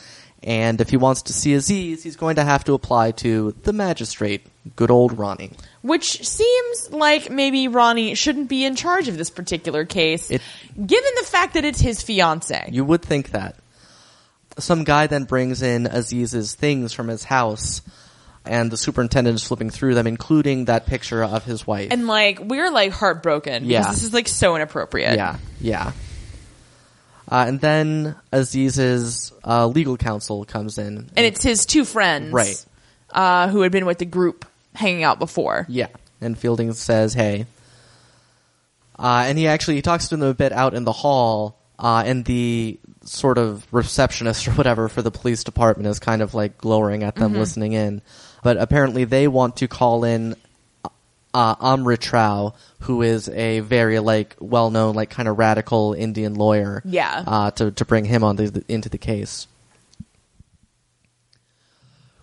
A: and if he wants to see Aziz, he's going to have to apply to the magistrate, good old Ronnie.
B: Which seems like maybe Ronnie shouldn't be in charge of this particular case,
A: It-
B: given the fact that it's his fiance.
A: You would think that. Some guy then brings in Aziz's things from his house, and the superintendent is flipping through them, including that picture of his wife.
B: and like we're like heartbroken
A: Yeah.
B: because this is like so inappropriate.
A: yeah, yeah. Uh, and then Aziz's uh, legal counsel comes in.
B: and it's his two friends,
A: Right.
B: Uh, who had been with the group hanging out before.
A: Yeah, and Fielding says, "Hey," uh, and he actually he talks to them a bit out in the hall, uh, and the sort of receptionist or whatever for the police department is kind of like glowering at them, listening in. But apparently, they want to call in uh, Amritrao, who is a very like well-known, like kind of radical Indian lawyer.
B: Yeah.
A: uh, to to bring him on the, into the case.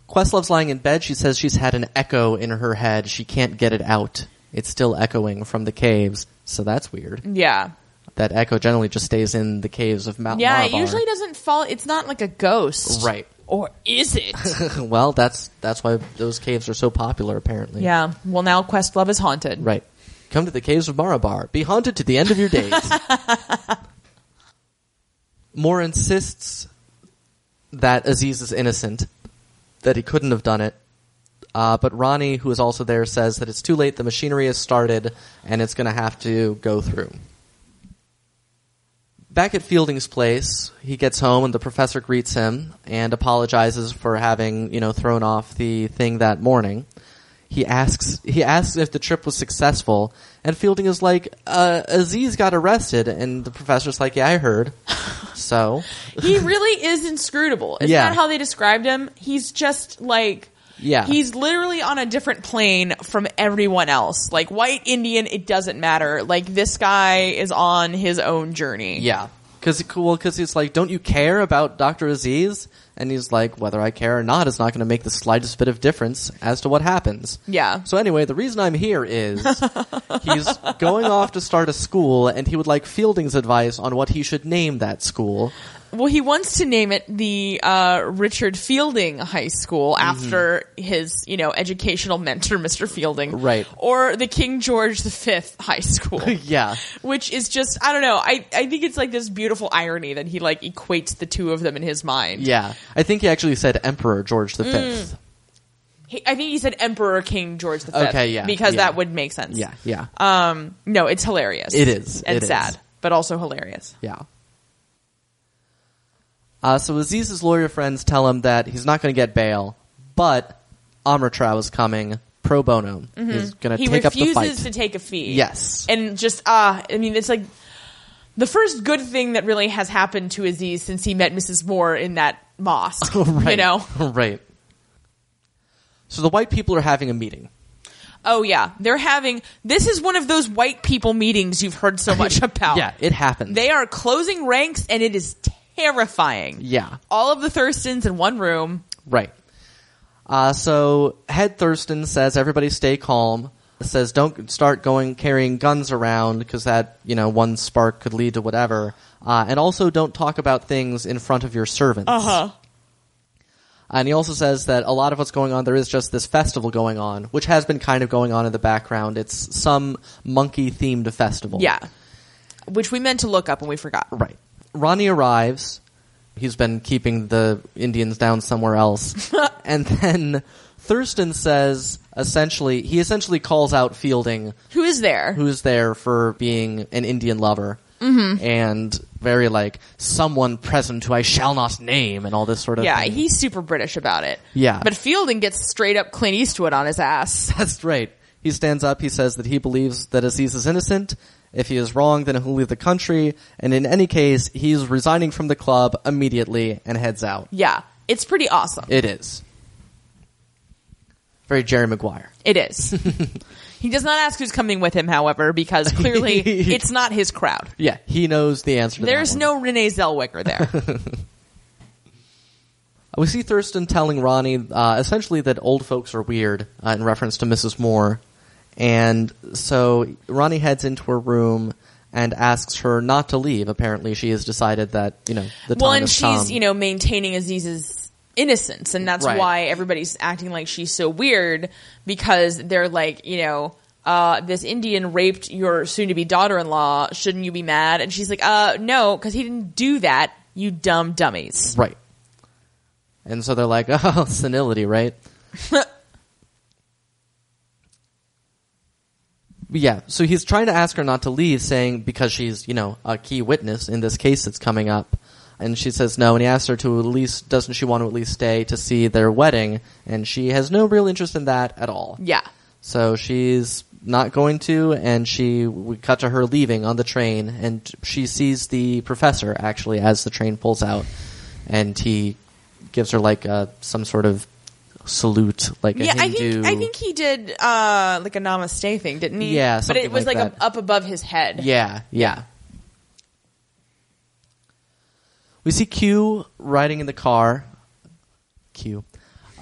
A: Questlove's lying in bed. She says she's had an echo in her head. She can't get it out. It's still echoing from the caves, so that's weird.
B: Yeah,
A: that Echo generally just stays in the caves of Mount
B: Yeah, it
A: Malabar.
B: usually doesn't fall. It's not like a ghost,
A: Oh, Right.
B: Or is it?
A: well, that's that's why those caves are so popular, apparently.
B: yeah. Well, now Questlove is haunted.
A: Right. Come to the caves of Marabar. Be haunted to the end of your days. Moore insists that Aziz is innocent, that he couldn't have done it. Uh, but Ronnie, who is also there, says that it's too late. The machinery has started, and it's going to have to go through. Back at Fielding's place, he gets home, and the professor greets him and apologizes for having, you know, thrown off the thing that morning. He asks, he asks if the trip was successful, and Fielding is like, uh, "Aziz got arrested," and the professor's like, "Yeah, I heard." So,
B: He really is inscrutable. Isn't
A: Yeah.
B: that how they described him? He's just like.
A: Yeah.
B: He's literally on a different plane from everyone else. Like white, Indian, it doesn't matter. Like this guy is on his own journey.
A: Yeah, because well, because he's like, don't you care about Doctor Aziz? And he's like, whether I care or not is not going to make the slightest bit of difference as to what happens.
B: Yeah.
A: So anyway, the reason I'm here is he's going off to start a school, and he would like Fielding's advice on what he should name that school.
B: Well, he wants to name it the uh, Richard Fielding High School
A: Mm-hmm.
B: after his, you know, educational mentor, Mr. Fielding,
A: Right.
B: Or the King George V High School,
A: yeah.
B: which is just I don't know. I I think it's like this beautiful irony that he like equates the two of them in his mind.
A: Yeah, I think he actually said Emperor George
B: Mm.
A: V.
B: He, I think he said Emperor King George V.
A: Okay, yeah,
B: because
A: yeah.
B: that would make sense.
A: Yeah, yeah,
B: Um, no, it's hilarious.
A: It is.
B: and
A: It is.
B: sad, but also hilarious.
A: yeah. Uh, so Aziz's lawyer friends tell him that he's not going to get bail, but Amritrao is coming pro bono. He's going to
B: Mm-hmm. He
A: take up the fight.
B: refuses to take a fee.
A: Yes.
B: and just ah, I mean, it's like the first good thing that really has happened to Aziz since he met Mrs. Moore in that mosque.
A: right.
B: You know?
A: right. So the white people are having a meeting.
B: Oh yeah, they're having this is one of those white people meetings you've heard so much about.
A: Yeah, it happens.
B: they are closing ranks, and it is terrifying.
A: yeah,
B: all of the Thurstons in one room.
A: right. Uh, so head Thurston says everybody stay calm. Says don't start going carrying guns around because that you know one spark could lead to whatever. Uh, and also don't talk about things in front of your servants.
B: Uh-huh.
A: And he also says that a lot of what's going on, there is just this festival going on, which has been kind of going on in the background. It's some monkey themed festival.
B: Yeah, which we meant to look up and we forgot.
A: Right. Ronnie arrives. He's been keeping the Indians down somewhere else. and then Thurston says essentially, he essentially calls out Fielding,
B: Who is there?
A: who's there for being an Indian lover. Mm-hmm. And very like, someone present who I shall not name, and all this sort of
B: Yeah,
A: thing.
B: he's super British about it.
A: Yeah.
B: But Fielding gets straight up Clint Eastwood on his ass.
A: That's right. He stands up. He says that he believes that Aziz is innocent. If he is wrong, then he'll leave the country. And in any case, he's resigning from the club immediately and heads out.
B: Yeah. It's pretty awesome.
A: It is. Very Jerry Maguire.
B: it is. he does not ask who's coming with him, however, because clearly it's not his crowd.
A: Yeah, he knows the answer to that
B: There's
A: one.
B: no Renee Zellweger there.
A: We see Thurston telling Ronnie uh, essentially that old folks are weird uh, in reference to Mrs. Moore. And so Ronnie heads into her room and asks her not to leave. Apparently, she has decided that, you know, the time
B: well, and
A: has
B: she's,
A: come.
B: you know, maintaining Aziz's innocence, and that's
A: Right.
B: why everybody's acting like she's so weird because they're like, you know, uh, this Indian raped your soon to be daughter in law. Shouldn't you be mad? And she's like, uh, no, because he didn't do that, you dumb dummies.
A: Right. And so they're like, oh, senility, right? yeah, so he's trying to ask her not to leave, saying because she's, you know, a key witness in this case that's coming up. And she says no, and he asks her to at least, doesn't she want to at least stay to see their wedding? And she has no real interest in that at all.
B: Yeah.
A: So she's not going to, and she we cut to her leaving on the train, and she sees the professor actually as the train pulls out, and he gives her like uh, some sort of salute, like a
B: yeah, I
A: Hindu.
B: think I think he did uh, like a namaste thing, didn't he?
A: Yeah,
B: but
A: something
B: it was
A: like
B: like,
A: that.
B: up, up above his head.
A: yeah, yeah. We see Q riding in the car. Q,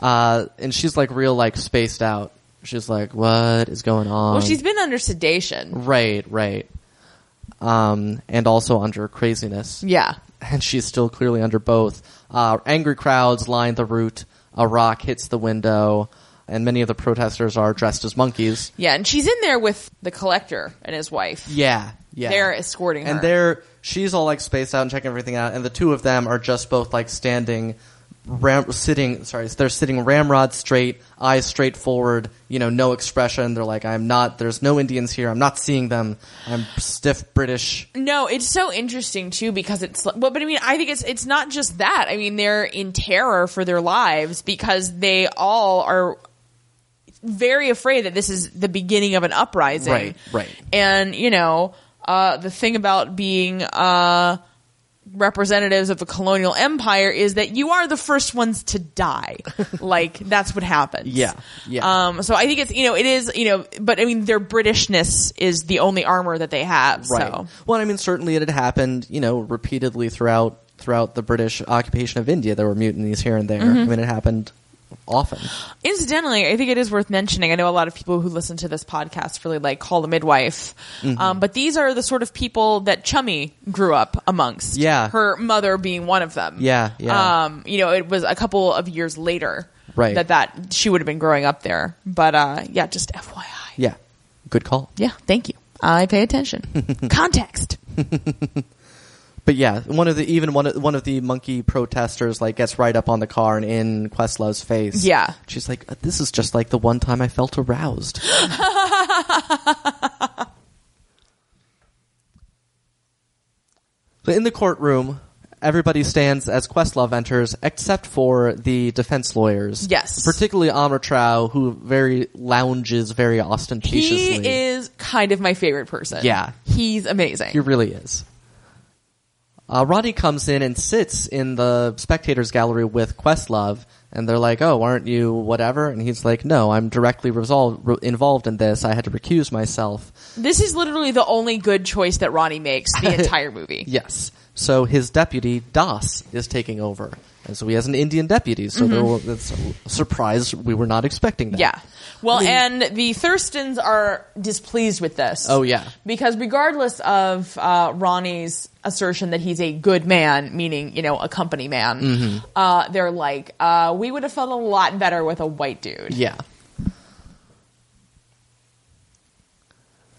A: uh, and she's like real like spaced out. She's like, "What is going on?"
B: Well, she's been under sedation.
A: Right, right. um, and also under craziness.
B: Yeah.
A: And she's still clearly under both. Uh, angry crowds line the route. A rock hits the window, and many of the protesters are dressed as monkeys.
B: Yeah, and she's in there with the collector and his wife.
A: Yeah, yeah.
B: They're escorting her.
A: and they're she's all like spaced out and checking everything out, and the two of them are just both like standing, ram, sitting. Sorry, they're sitting ramrod straight, eyes straight forward. You know, no expression. They're like, I'm not. There's no Indians here. I'm not seeing them. I'm stiff British.
B: No, it's so interesting too because it's well, but I mean, I think it's it's not just that. I mean, they're in terror for their lives because they all are very afraid that this is the beginning of an uprising.
A: Right, right.
B: And you know, uh, the thing about being uh, representatives of a colonial empire is that you are the first ones to die. like that's what happens.
A: Yeah, yeah.
B: Um, so I think it's you know it is you know, but I mean their Britishness is the only armor that they have. So.
A: Well, I mean, certainly it had happened, you know, repeatedly throughout throughout the British occupation of India. There were mutinies here and there. I mean, it happened often.
B: Incidentally, I think it is worth mentioning. I know a lot of people who listen to this podcast really like call the midwife,
A: Mm-hmm.
B: um, but these are the sort of people that Chummy grew up amongst.
A: Yeah.
B: her mother being one of them.
A: Yeah, yeah.
B: Um, you know, it was a couple of years later
A: Right.
B: that that she would have been growing up there. But uh, yeah, just FYI. Yeah,
A: Yeah, good call.
B: thank you. I pay attention. Context.
A: But yeah, one of the even one of, one of the monkey protesters like gets right up on the car and in Questlove's face.
B: Yeah.
A: she's like, "This is just like the one time I felt aroused." so in the courtroom, everybody stands as Questlove enters, except for the defense lawyers.
B: Yes.
A: particularly Amritrow, who very lounges very ostentatiously.
B: He is kind of my favorite person.
A: Yeah.
B: he's amazing.
A: He really is. Uh, Roddy comes in and sits in the spectators gallery with Questlove, and they're like, "Oh, aren't you whatever?" And he's like, "No, I'm directly resolved, re- involved in this. I had to recuse myself."
B: This is literally the only good choice that Ronnie makes the entire movie.
A: Yes. So his deputy Das is taking over, and so he has an Indian deputy. So there were, it's a surprise we were not expecting that.
B: Mm-hmm. Yeah. Well, and the Thurstons are displeased with this.
A: Oh, yeah.
B: Because regardless of uh, Ronnie's assertion that he's a good man, meaning you know a company man,
A: Mm-hmm.
B: uh, they're like, uh, we would have felt a lot better with a white dude.
A: Yeah.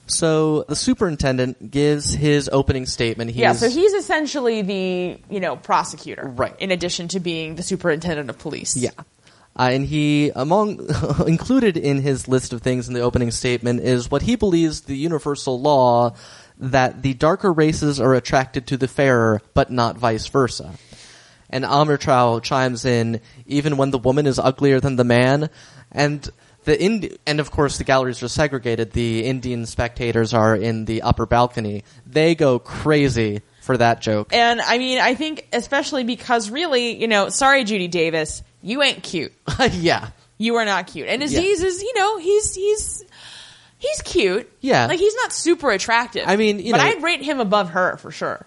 A: So the superintendent gives his opening statement. He
B: Yeah,
A: is-
B: so he's essentially the you know prosecutor,
A: Right.
B: In addition to being the superintendent of police,
A: Yeah. Uh, and he, among included in his list of things in the opening statement, is what he believes the universal law that the darker races are attracted to the fairer, but not vice versa. And Amritrao chimes in, even when the woman is uglier than the man, and the Ind- and of course the galleries are segregated. The Indian spectators are in the upper balcony. They go crazy for that joke.
B: And I mean, I think especially because really, you know, sorry, Judy Davis, you ain't cute.
A: yeah.
B: You are not cute. And
A: Yeah.
B: Aziz is, you know, he's he's he's cute.
A: Yeah.
B: like he's not super attractive.
A: I mean, you
B: but
A: know-
B: I'd rate him above her for sure.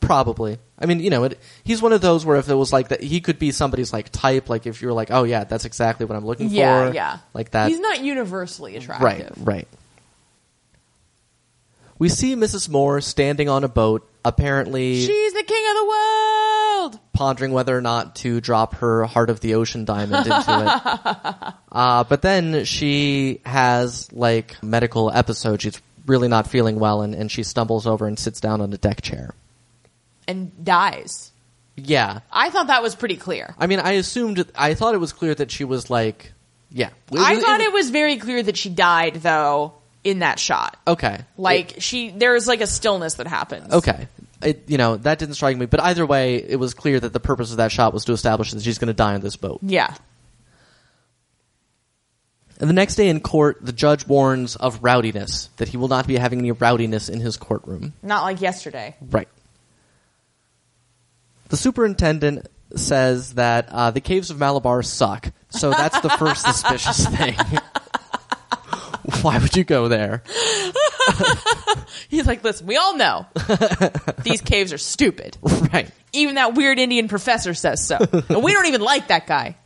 A: Probably. I mean, you know, it, he's one of those where if it was like that, he could be somebody's like type. Like if you were like, oh yeah, that's exactly what I'm looking
B: Yeah,
A: for.
B: yeah,
A: Like that.
B: He's not universally attractive.
A: right, right. We see Mrs. Moore standing on a boat, apparently
B: She's the king of the world.
A: pondering whether or not to drop her heart of the ocean diamond into it. Uh, but then she has like medical episode. She's really not feeling well, and, and she stumbles over and sits down on a deck chair.
B: And dies.
A: Yeah,
B: I thought that was pretty clear.
A: I mean, I assumed, I thought it was clear that she was like, yeah.
B: I thought it was very clear that she died though in that shot.
A: okay.
B: Like she, there's like a stillness that happens.
A: okay. It, you know, that didn't strike me, but either way, it was clear that the purpose of that shot was to establish that she's going to die on this boat.
B: Yeah.
A: And the next day in court, the judge warns of rowdiness, that he will not be having any rowdiness in his courtroom.
B: Not like yesterday.
A: Right. The superintendent says that uh, the caves of Malabar suck, so that's the first suspicious thing. Why would you go there?
B: He's like, listen, we all know these caves are stupid.
A: Right.
B: Even that weird Indian professor says so. And we don't even like that guy.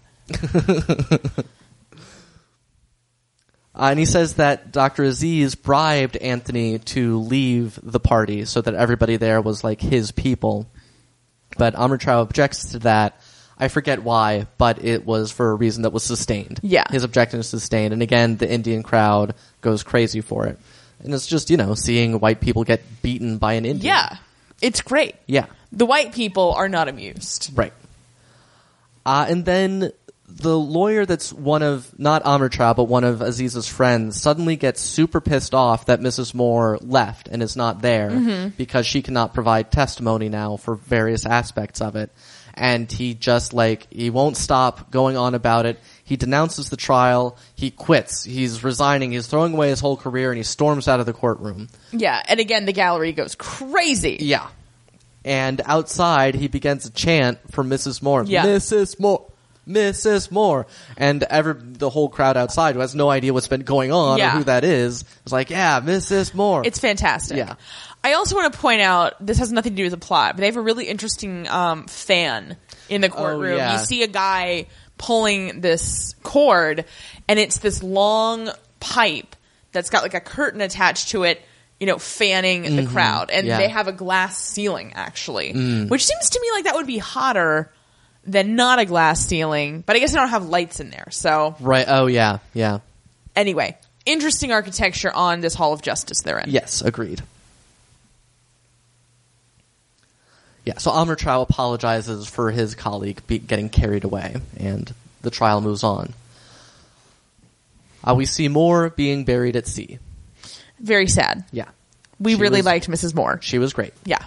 A: Uh, and he says that Dr. Aziz bribed Anthony to leave the party so that everybody there was like his people. But Amritrao objects to that. I forget why, but it was for a reason that was sustained.
B: Yeah.
A: His objection is sustained. And again, the Indian crowd goes crazy for it. And it's just, you know, seeing white people get beaten by an Indian.
B: Yeah. It's great.
A: Yeah.
B: The white people are not amused.
A: Right. Uh, and then the lawyer that's one of, not Amritrao, but one of Aziz's friends suddenly gets super pissed off that Mrs. Moore left and is not there because she cannot provide testimony now for various aspects of it. And he just like, he won't stop going on about it. He denounces the trial. He quits. He's resigning. He's throwing away his whole career and he storms out of the courtroom.
B: Yeah. And again, the gallery goes crazy.
A: Yeah. And outside, he begins a chant for Mrs. Moore.
B: Yeah.
A: Mrs. Moore. Mrs. Moore. And ever the whole crowd outside who has no idea what's been going on
B: Yeah.
A: or who that is is like, yeah, Mrs. Moore.
B: It's fantastic.
A: Yeah.
B: I also want to point out this has nothing to do with the plot, but they have a really interesting um, fan in the courtroom.
A: Oh, yeah.
B: You see a guy pulling this cord, and it's this long pipe that's got like a curtain attached to it. You know, fanning the crowd, and
A: Mm-hmm. Yeah. Mm.
B: they have a glass ceiling actually, which seems to me like that would be hotter than not a glass ceiling. But I guess they don't have lights in there, so
A: right. Oh, yeah. Yeah.
B: anyway, interesting architecture on this Hall of Justice they're in.
A: Yes, agreed. Yeah, so Amr Trow apologizes for his colleague be- getting carried away, and the trial moves on. Uh, we see Moore being buried at sea.
B: Very sad.
A: Yeah.
B: We
A: She
B: really
A: was-
B: liked Mrs. Moore.
A: She was great.
B: Yeah.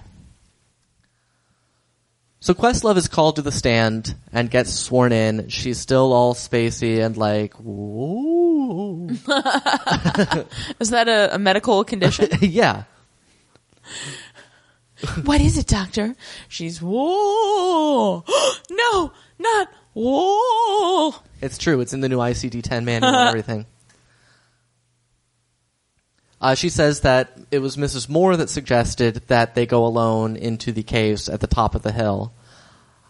A: So Questlove is called to the stand and gets sworn in. She's still all spacey and like, ooh.
B: Is that a, a medical condition?
A: yeah.
B: what is it, doctor? She's, whoa. no, not, whoa. It's
A: It's true. It's in the new ICD 10 manual and everything. Uh, she says that it was Mrs. Moore that suggested that they go alone into the caves at the top of the hill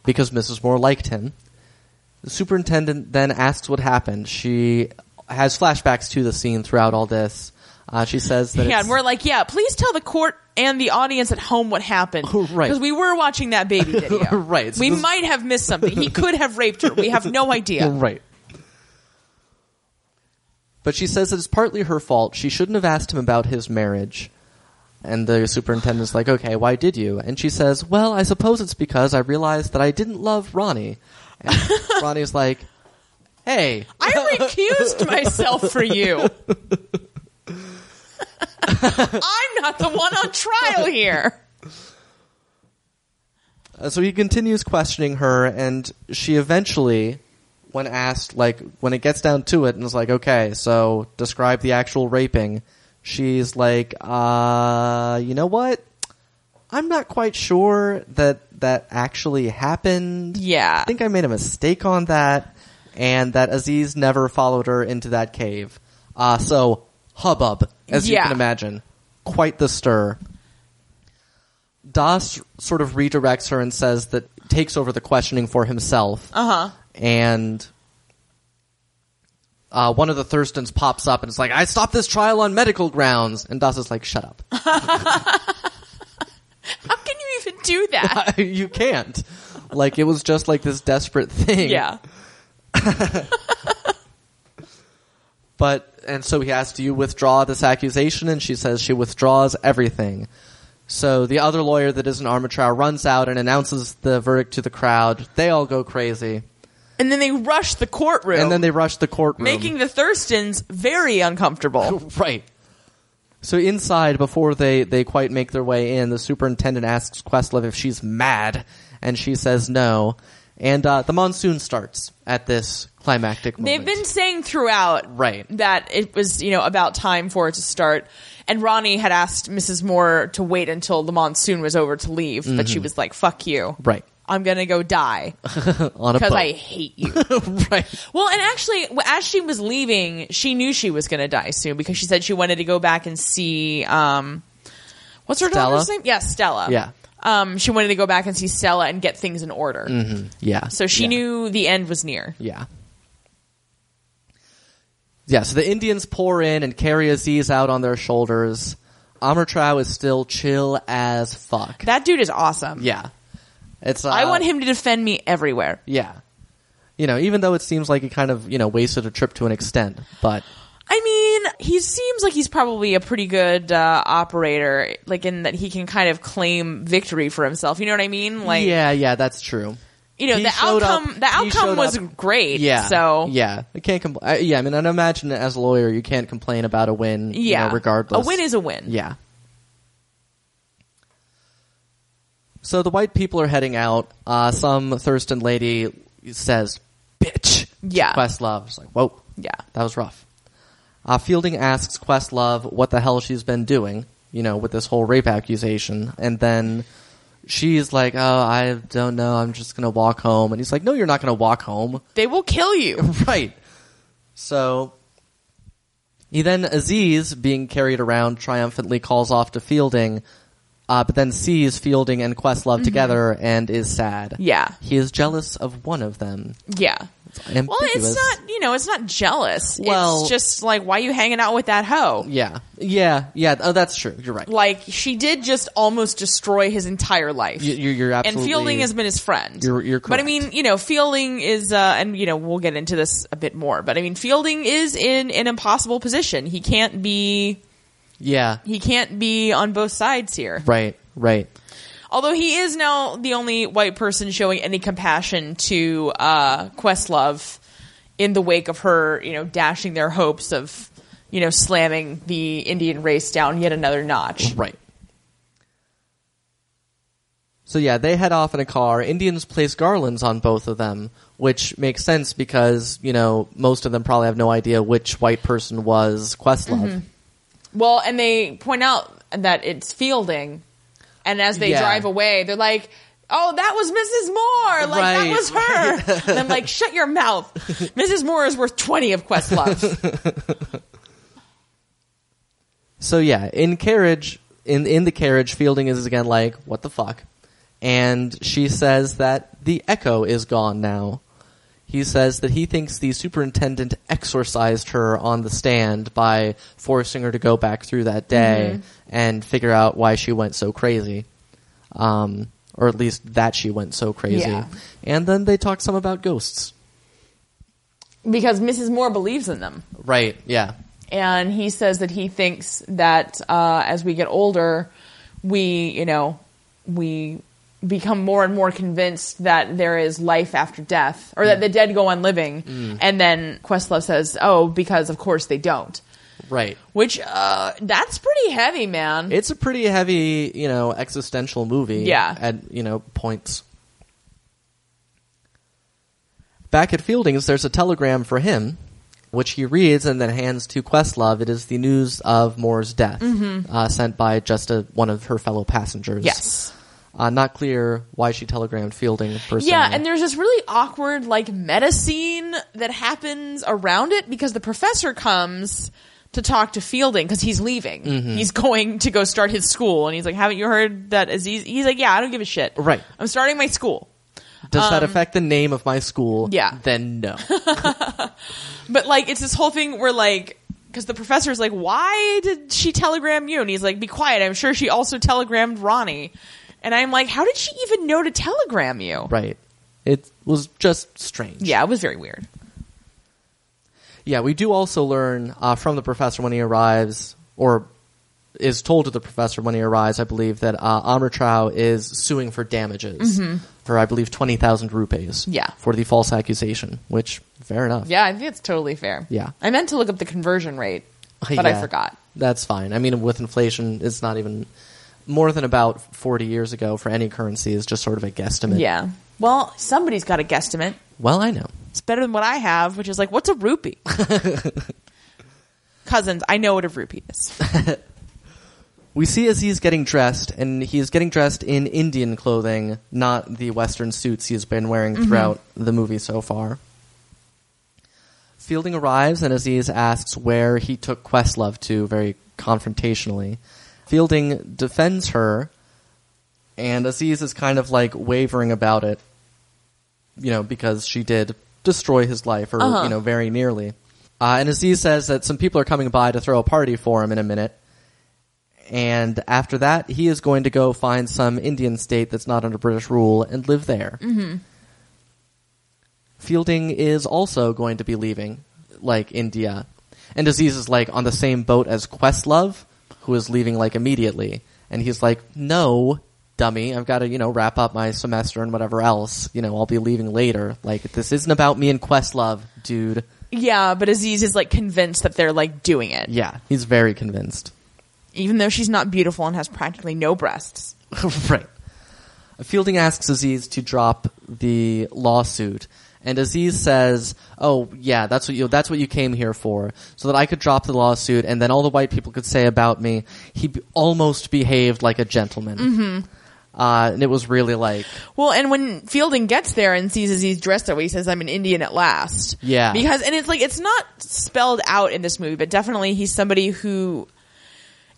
A: because Mrs. Moore liked him. The superintendent then asks what happened. She has flashbacks to the scene throughout all this. Uh, she says that
B: Yeah,
A: it's-
B: and we're like, yeah, please tell the court and the audience at home what happened.
A: Right.
B: Because we were watching that baby video.
A: Right, so
B: we
A: this-
B: might have missed something. He could have raped her. We have no idea.
A: Right. But she says that it's partly her fault. She shouldn't have asked him about his marriage. And the superintendent's like, okay, why did you? And she says, well, I suppose it's because I realized that I didn't love Ronnie. And Ronnie's like, hey,
B: I recused myself for you. I'm not the one on trial here.
A: Uh, so he continues questioning her, and she eventually, when asked, like, when it gets down to it, and is like, okay, so describe the actual raping, she's like, uh, you know what? I'm not quite sure that that actually happened.
B: Yeah.
A: I think I made a mistake on that, and that Aziz never followed her into that cave. Uh, so, hubbub, as you
B: Yeah.
A: can imagine. Quite the stir. Das sort of redirects her and says that takes over the questioning for himself.
B: Uh-huh.
A: And uh, one of the Thurstons pops up and is like, I stopped this trial on medical grounds. And Das is like, shut up.
B: How can you even do that?
A: you can't. Like, it was just like this desperate thing.
B: yeah.
A: But and so he asks, "Do you withdraw this accusation?" And she says she withdraws everything. So the other lawyer that isn't Armitrow runs out and announces the verdict to the crowd. They all go crazy,
B: And then they rush the courtroom,
A: and then they rush the courtroom,
B: making the Thurstons very uncomfortable.
A: right. So inside, before they they quite make their way in, the superintendent asks Questlove if she's mad, and she says no. And uh, the monsoon starts at this climactic moment.
B: They've been saying throughout
A: Right.
B: that it was, you know, about time for it to start. And Ronnie had asked Mrs. Moore to wait until the monsoon was over to leave, but she was like, fuck you.
A: Mm-hmm. right
B: I'm going to go die
A: on a
B: because
A: boat.
B: I hate you.
A: right.
B: Well, and actually, w- as she was leaving, she knew she was going to die soon because she said she wanted to go back and see. Um, what's her
A: Stella?
B: daughter's name? Yeah, Stella.
A: Yeah.
B: Um, she wanted to go back and see Stella and get things in order.
A: Mm-hmm. Yeah.
B: So she
A: Yeah.
B: knew the end was near.
A: Yeah. yeah, so the Indians pour in and carry Aziz out on their shoulders. Amertrow is still chill as fuck.
B: That dude is awesome.
A: yeah. It's uh,
B: I want him to defend me everywhere.
A: Yeah. You know, even though it seems like he kind of, you know, wasted a trip to an extent, but
B: I mean, he seems like he's probably a pretty good uh, operator, like in that he can kind of claim victory for himself. You know what I mean? Like,
A: yeah, yeah, that's true.
B: you know,
A: He
B: the
A: showed
B: outcome
A: up-
B: the
A: he
B: outcome
A: showed
B: was
A: up-
B: great.
A: Yeah.
B: So
A: yeah, I can't complain. Yeah, I mean, I imagine as a lawyer, you can't complain about a win. you
B: yeah,
A: know, regardless,
B: a win is a win.
A: Yeah. So the white people are heading out. Uh, some Thurston lady says, "Bitch."
B: Yeah.
A: Questlove is like, "Whoa,
B: Yeah.
A: that was rough." Uh, Fielding asks Questlove what the hell she's been doing, you know, with this whole rape accusation, and then she's like, "Oh, I don't know. I'm just gonna walk home." And he's like, "No, you're not gonna walk home."
B: They will kill you.
A: right. So he then Aziz being carried around triumphantly calls off to Fielding, uh, but then sees Fielding and Questlove together and is sad.
B: Mm-hmm. Yeah.
A: he is jealous of one of them.
B: Yeah. Well,
A: ambiguous.
B: it's not you know, it's not jealous.
A: Well-
B: it's just like why you hanging out with that hoe?
A: Yeah, yeah, yeah. Oh, that's true. You're right.
B: Like she did just almost destroy his entire life.
A: You- You're, you're
B: and
A: absolutely.
B: Fielding has been his friend.
A: You're- you're
B: But I
A: correct.
B: mean, you know, Fielding is, uh, and you know, we'll get into this a bit more. But I mean, Fielding is in an impossible position. He can't be,
A: yeah.
B: he can't be on both sides here.
A: Right. Right.
B: Although he is now the only white person showing any compassion to uh, Questlove in the wake of her, you know, dashing their hopes of, you know, slamming the Indian race down yet another notch.
A: Right. So yeah, they head off in a car. Indians place garlands on both of them, which makes sense because, you know, most of them probably have no idea which white person was Questlove.
B: Well, and they point out that it's Fielding, and as they
A: Yeah.
B: drive away, they're like, "Oh, that was Mrs. Moore. Like
A: Right,
B: that was her." and I'm like, "Shut your mouth, Mrs. Moore is worth twenty of Questlove."
A: So yeah, in carriage in in the carriage, Fielding is again like, "What the fuck?" And she says that the echo is gone now. He says that he thinks the superintendent exorcised her on the stand by forcing her to go back through that day and figure out why she went so crazy. Um, or at least that she went so crazy.
B: Yeah.
A: And then they talk some about ghosts.
B: because Mrs. Moore believes in them,
A: Right, yeah.
B: and he says that he thinks that uh, as we get older, we, you know, we become more and more convinced that there is life after death, or
A: Mm.
B: that the dead go on living. And then Questlove says, "Oh, because of course they don't."
A: Right.
B: which uh that's pretty heavy man
A: it's a pretty heavy, you know, existential movie.
B: Yeah.
A: At you know points. Back at Fielding's, there's a telegram for him, which he reads and then hands to Questlove. It is the news of Moore's death, uh, sent by just a, one of her fellow passengers.
B: Mm-hmm. yes
A: Uh, not clear why she telegrammed Fielding personally.
B: yeah and there's this really awkward like meta scene that happens around it because the professor comes to talk to Fielding because he's leaving.
A: Mm-hmm.
B: He's going to go start his school, and he's like, "Haven't you heard that Aziz?" He's like, "Yeah, I don't give a shit.
A: Right.
B: I'm starting my school."
A: Does that affect the name of my school?
B: Um, Yeah.
A: Then no.
B: But like, it's this whole thing where like, because the professor's like, why did she telegram you? And he's like, be quiet. I'm sure she also telegrammed Ronnie. And I'm like, how did she even know to telegram you?
A: right. It was just strange.
B: Yeah, it was very weird.
A: Yeah, we do also learn uh, from the professor when he arrives, or is told to the professor when he arrives, I believe, that uh, Amritrao is suing for damages for, I believe, 20,000 rupees
B: Mm-hmm. Yeah.
A: for the false accusation, which, fair enough.
B: Yeah, I think it's totally fair.
A: Yeah.
B: I meant to look up the conversion rate, but I
A: Yeah.
B: forgot.
A: That's fine. I mean, with inflation, it's not even more than about 40 years ago for any currency is just sort of a guesstimate.
B: Yeah. Well, somebody's got a guesstimate.
A: Well, I know.
B: It's better than what I have, which is like, what's a rupee? Cousins, I know what a rupee is.
A: We see as he's getting dressed, and he's getting dressed in Indian clothing, not the Western suits he's been wearing throughout the movie so far. Fielding arrives, and Aziz asks where he took Questlove to very confrontationally. Fielding defends her, and Aziz is kind of like wavering about it, you know, because she did destroy his life, or,
B: Uh-huh.
A: you know, very nearly. Uh, and Aziz says that some people are coming by to throw a party for him in a minute. And after that, he is going to go find some Indian state that's not under British rule and live there. Mm-hmm. Fielding is also going to be leaving, like India. And Aziz is like on the same boat as Questlove, who is leaving like immediately. And he's like, no, dummy, I've got to, you know, wrap up my semester and whatever else. You know, I'll be leaving later. Like, this isn't about me and Questlove, dude.
B: Yeah, but Aziz is like convinced that they're like doing it,
A: Yeah, he's very convinced.
B: even though she's not beautiful and has practically no breasts.
A: right. Fielding asks Aziz to drop the lawsuit, and Aziz says, "Oh yeah, that's what you that's what you came here for, so that I could drop the lawsuit, and then all the white people could say about me, he b- almost behaved like a gentleman." Mm-hmm. Uh, and it was really like,
B: Well, and when Fielding gets there and sees Aziz dressed that way, he says, "I'm an Indian at last."
A: Yeah.
B: because and it's like it's not spelled out in this movie, but definitely he's somebody who,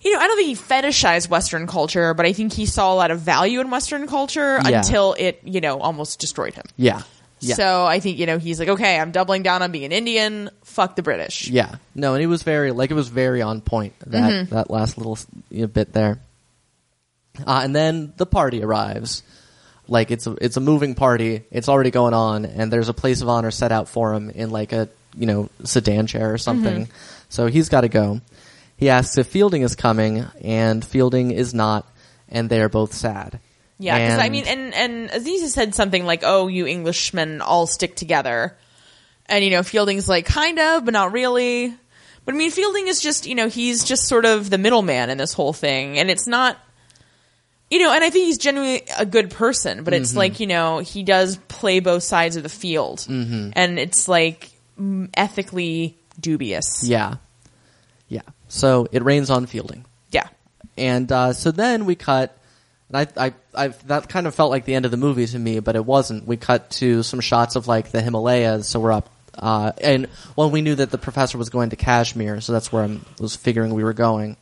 B: you know, I don't think he fetishized Western culture, but I think he saw a lot of value in Western culture
A: Yeah.
B: until it, you know, almost destroyed him.
A: yeah, yeah,
B: So I think you know he's like, okay, I'm doubling down on being an Indian. Fuck the British.
A: yeah. No, and it was very like it was very on point that
B: Mm-hmm.
A: that last little s- you know, bit there. Uh, and then the party arrives. Like it's a, it's a moving party. It's already going on, and there's a place of honor set out for him in like a you know sedan chair or something.
B: Mm-hmm.
A: So he's got to go. He asks if Fielding is coming, and Fielding is not, and they are both sad.
B: Yeah, because I
A: And-
B: mean, and and Aziz has said something like, "Oh, you Englishmen all stick together," and you know, Fielding's like, kind of, but not really. But I mean, Fielding is just you know he's just sort of the middleman in this whole thing, and it's not, you know, and I think he's genuinely a good person, but it's like you know he does play both sides of the field, and it's like mm, ethically dubious.
A: yeah, yeah. So it rains on Fielding.
B: yeah.
A: And uh, so then we cut, and I, I, I, that kind of felt like the end of the movie to me, but it wasn't. We cut to some shots of like the Himalayas, so we're up. Uh, and well, we knew that the professor was going to Kashmir, so that's where I was figuring we were going.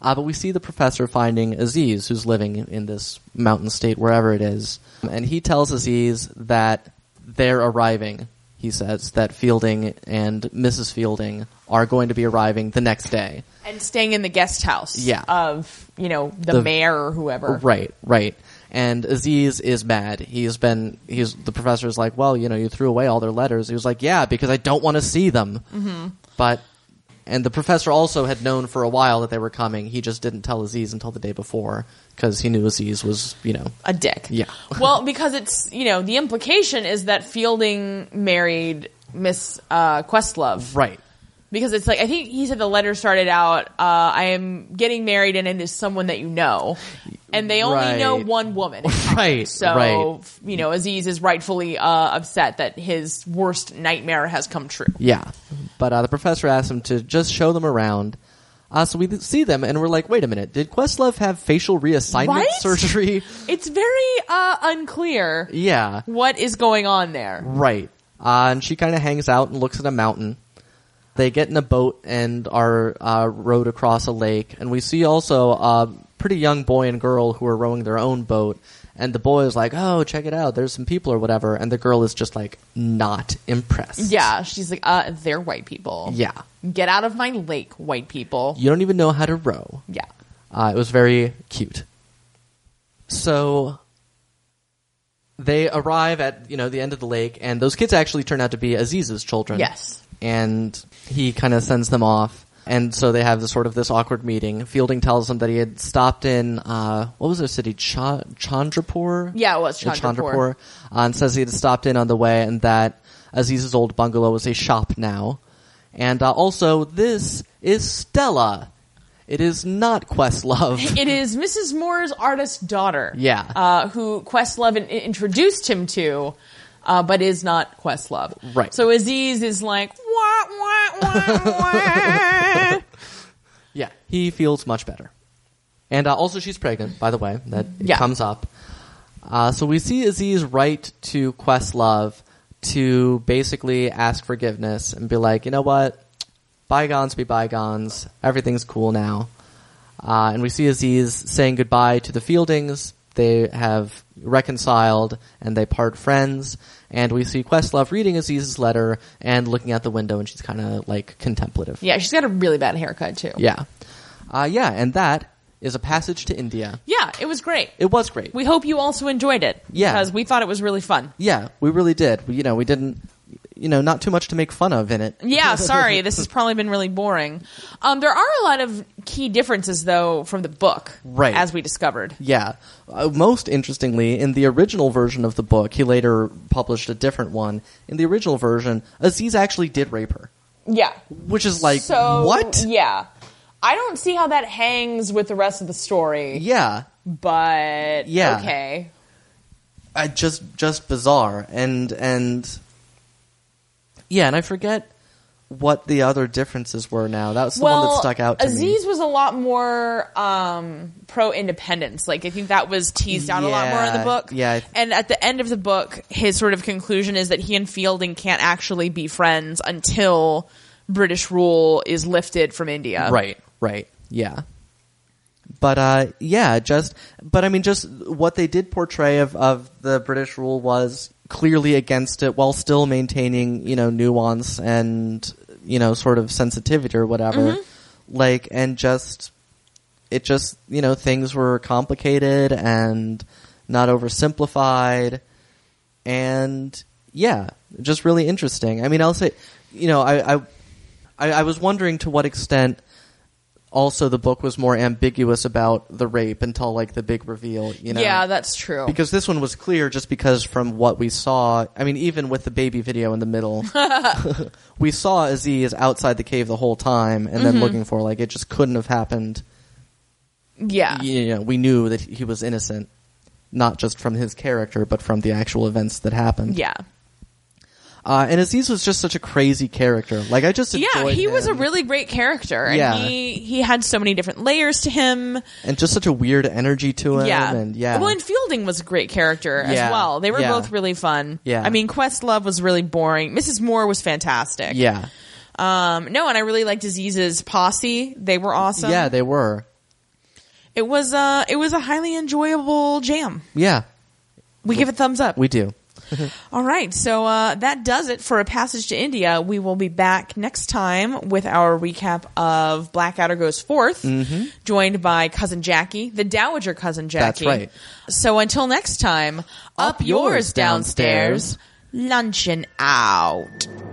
A: Uh, but we see the professor finding Aziz, who's living in this mountain state, wherever it is. And he tells Aziz that they're arriving. He says that Fielding and Mrs. Fielding are going to be arriving the next day.
B: And staying in the guest house
A: Yeah.
B: of, you know, the,
A: The-
B: mayor or whoever.
A: Right, right. And Aziz is mad. He's been, he's, the professor's like, well, you know, you threw away all their letters. He was like, yeah, because I don't want to see them. Mm-hmm. But, and the professor also had known for a while that they were coming. He just didn't tell Aziz until the day before because he knew Aziz was, you know,
B: a dick.
A: Yeah.
B: well, because it's you know the implication is that Fielding married Miss uh, Questlove
A: right.
B: because it's like I think he said the letter started out uh, I am getting married and it is someone that you know, and they only
A: Right.
B: know one woman.
A: Right,
B: So
A: right.
B: you know Aziz is rightfully uh, upset that his worst nightmare has come true.
A: Yeah. But uh, the professor asked him to just show them around. Uh, so we th- see them and we're like, wait a minute, did Questlove have facial reassignment
B: Right?
A: surgery?
B: It's very uh, unclear
A: yeah.
B: what is going on there.
A: Right. Uh, and she kind of hangs out and looks at a mountain. They get in a boat and are uh, rowed across a lake. And we see also a pretty young boy and girl who are rowing their own boat. And the boy is like, oh, check it out. There's some people or whatever. And the girl is just like, not impressed.
B: Yeah, she's like, uh, they're white people.
A: Yeah.
B: Get out of my lake, white people.
A: You don't even know how to row.
B: Yeah.
A: Uh, it was very cute. So they arrive at you know the end of the lake, and those kids actually turn out to be Aziz's children.
B: Yes.
A: and he kind of sends them off, and so they have this sort of this awkward meeting. Fielding tells them that he had stopped in uh, what was their city, Cha- Chandrapur?
B: Yeah, it was
A: In
B: Chandrapur.
A: uh, and says he had stopped in on the way, and that Aziz's old bungalow is a shop now. And uh, also, this is Stella. It is not Questlove.
B: It is Mrs. Moore's artist daughter.
A: Yeah.
B: Uh, who Questlove in- introduced him to, uh, but is not Questlove.
A: Right.
B: So Aziz is like, wah, wah, wah, wah.
A: Yeah, he feels much better. And uh, also, she's pregnant, by the way. That it
B: Yeah.
A: comes up. Uh, so we see Aziz write to Questlove to basically ask forgiveness and be like, you know what? Bygones be bygones. Everything's cool now. Uh, and we see Aziz saying goodbye to the Fieldings they have reconciled and they part friends. And we see Questlove reading Aziz's letter and looking out the window, and she's kind of like contemplative.
B: Yeah, she's got a really bad haircut too.
A: Yeah. Uh, yeah, and that is a passage to India.
B: Yeah, it was great.
A: It was great.
B: We hope you also enjoyed it.
A: Yeah.
B: Because we thought it was really fun.
A: yeah, we really did. We, you know, we didn't, you know, not too much to make fun of in it.
B: Yeah, sorry. this has probably been really boring. Um, there are a lot of key differences, though, from the book,
A: Right.
B: As we discovered.
A: Yeah. Uh, most interestingly, in the original version of the book, he later published a different one. In the original version, Aziz actually did rape her,
B: Yeah.
A: which is like,
B: so
A: what?
B: Yeah, I don't see how that hangs with the rest of the story.
A: Yeah.
B: But
A: Yeah.
B: okay.
A: I just just bizarre and and yeah, and I forget what the other differences were now. That was the
B: well,
A: one that stuck out to me.
B: Aziz was a lot more um, pro independence. Like I think that was teased out a lot more in the
A: Yeah,
B: book.
A: yeah, I-
B: And at the end of the book, his sort of conclusion is that he and Fielding can't actually be friends until British rule is lifted from India.
A: Right, right. Yeah. But uh yeah, just but I mean just what they did portray of of the British rule was clearly against it while still maintaining, you know, nuance and you know, sort of sensitivity or whatever. Like and just it just, you know, things were complicated and not oversimplified and yeah, just really interesting. I mean, I'll say, you know, I, I, I, I was wondering to what extent also the book was more ambiguous about the rape until like the big reveal, you know?
B: Yeah, that's true.
A: because this one was clear just because from what we saw, I mean, even with the baby video in the middle, we saw Aziz outside the cave the whole time and then looking for her. like, it just couldn't have happened.
B: yeah.
A: You know, we knew that he was innocent, not just from his character, but from the actual events that happened.
B: Yeah.
A: Uh, and Aziz was just such a crazy character. Like I just
B: Yeah,
A: enjoyed
B: he was a
A: him.
B: really great character and
A: Yeah.
B: he he had so many different layers to him.
A: and just such a weird energy to him.
B: yeah.
A: and yeah,
B: Well, and Fielding was a great character as
A: Yeah.
B: well. They were
A: Yeah.
B: both really fun.
A: Yeah.
B: I mean, Questlove was really boring. Mrs. Moore was fantastic.
A: yeah,
B: Um, no, and I really liked Disease's posse. They were awesome.
A: yeah, they were.
B: It was, uh, it was a highly enjoyable jam.
A: Yeah,
B: We give it thumbs up.
A: we do.
B: All right. So, uh, that does it for A Passage to India. We will be back next time with our recap of Blackadder Goes Forth, joined by Cousin Jackie, the Dowager Cousin Jackie.
A: right.
B: So until next time, up, yours
A: yours
B: downstairs,
A: downstairs.
B: luncheon out.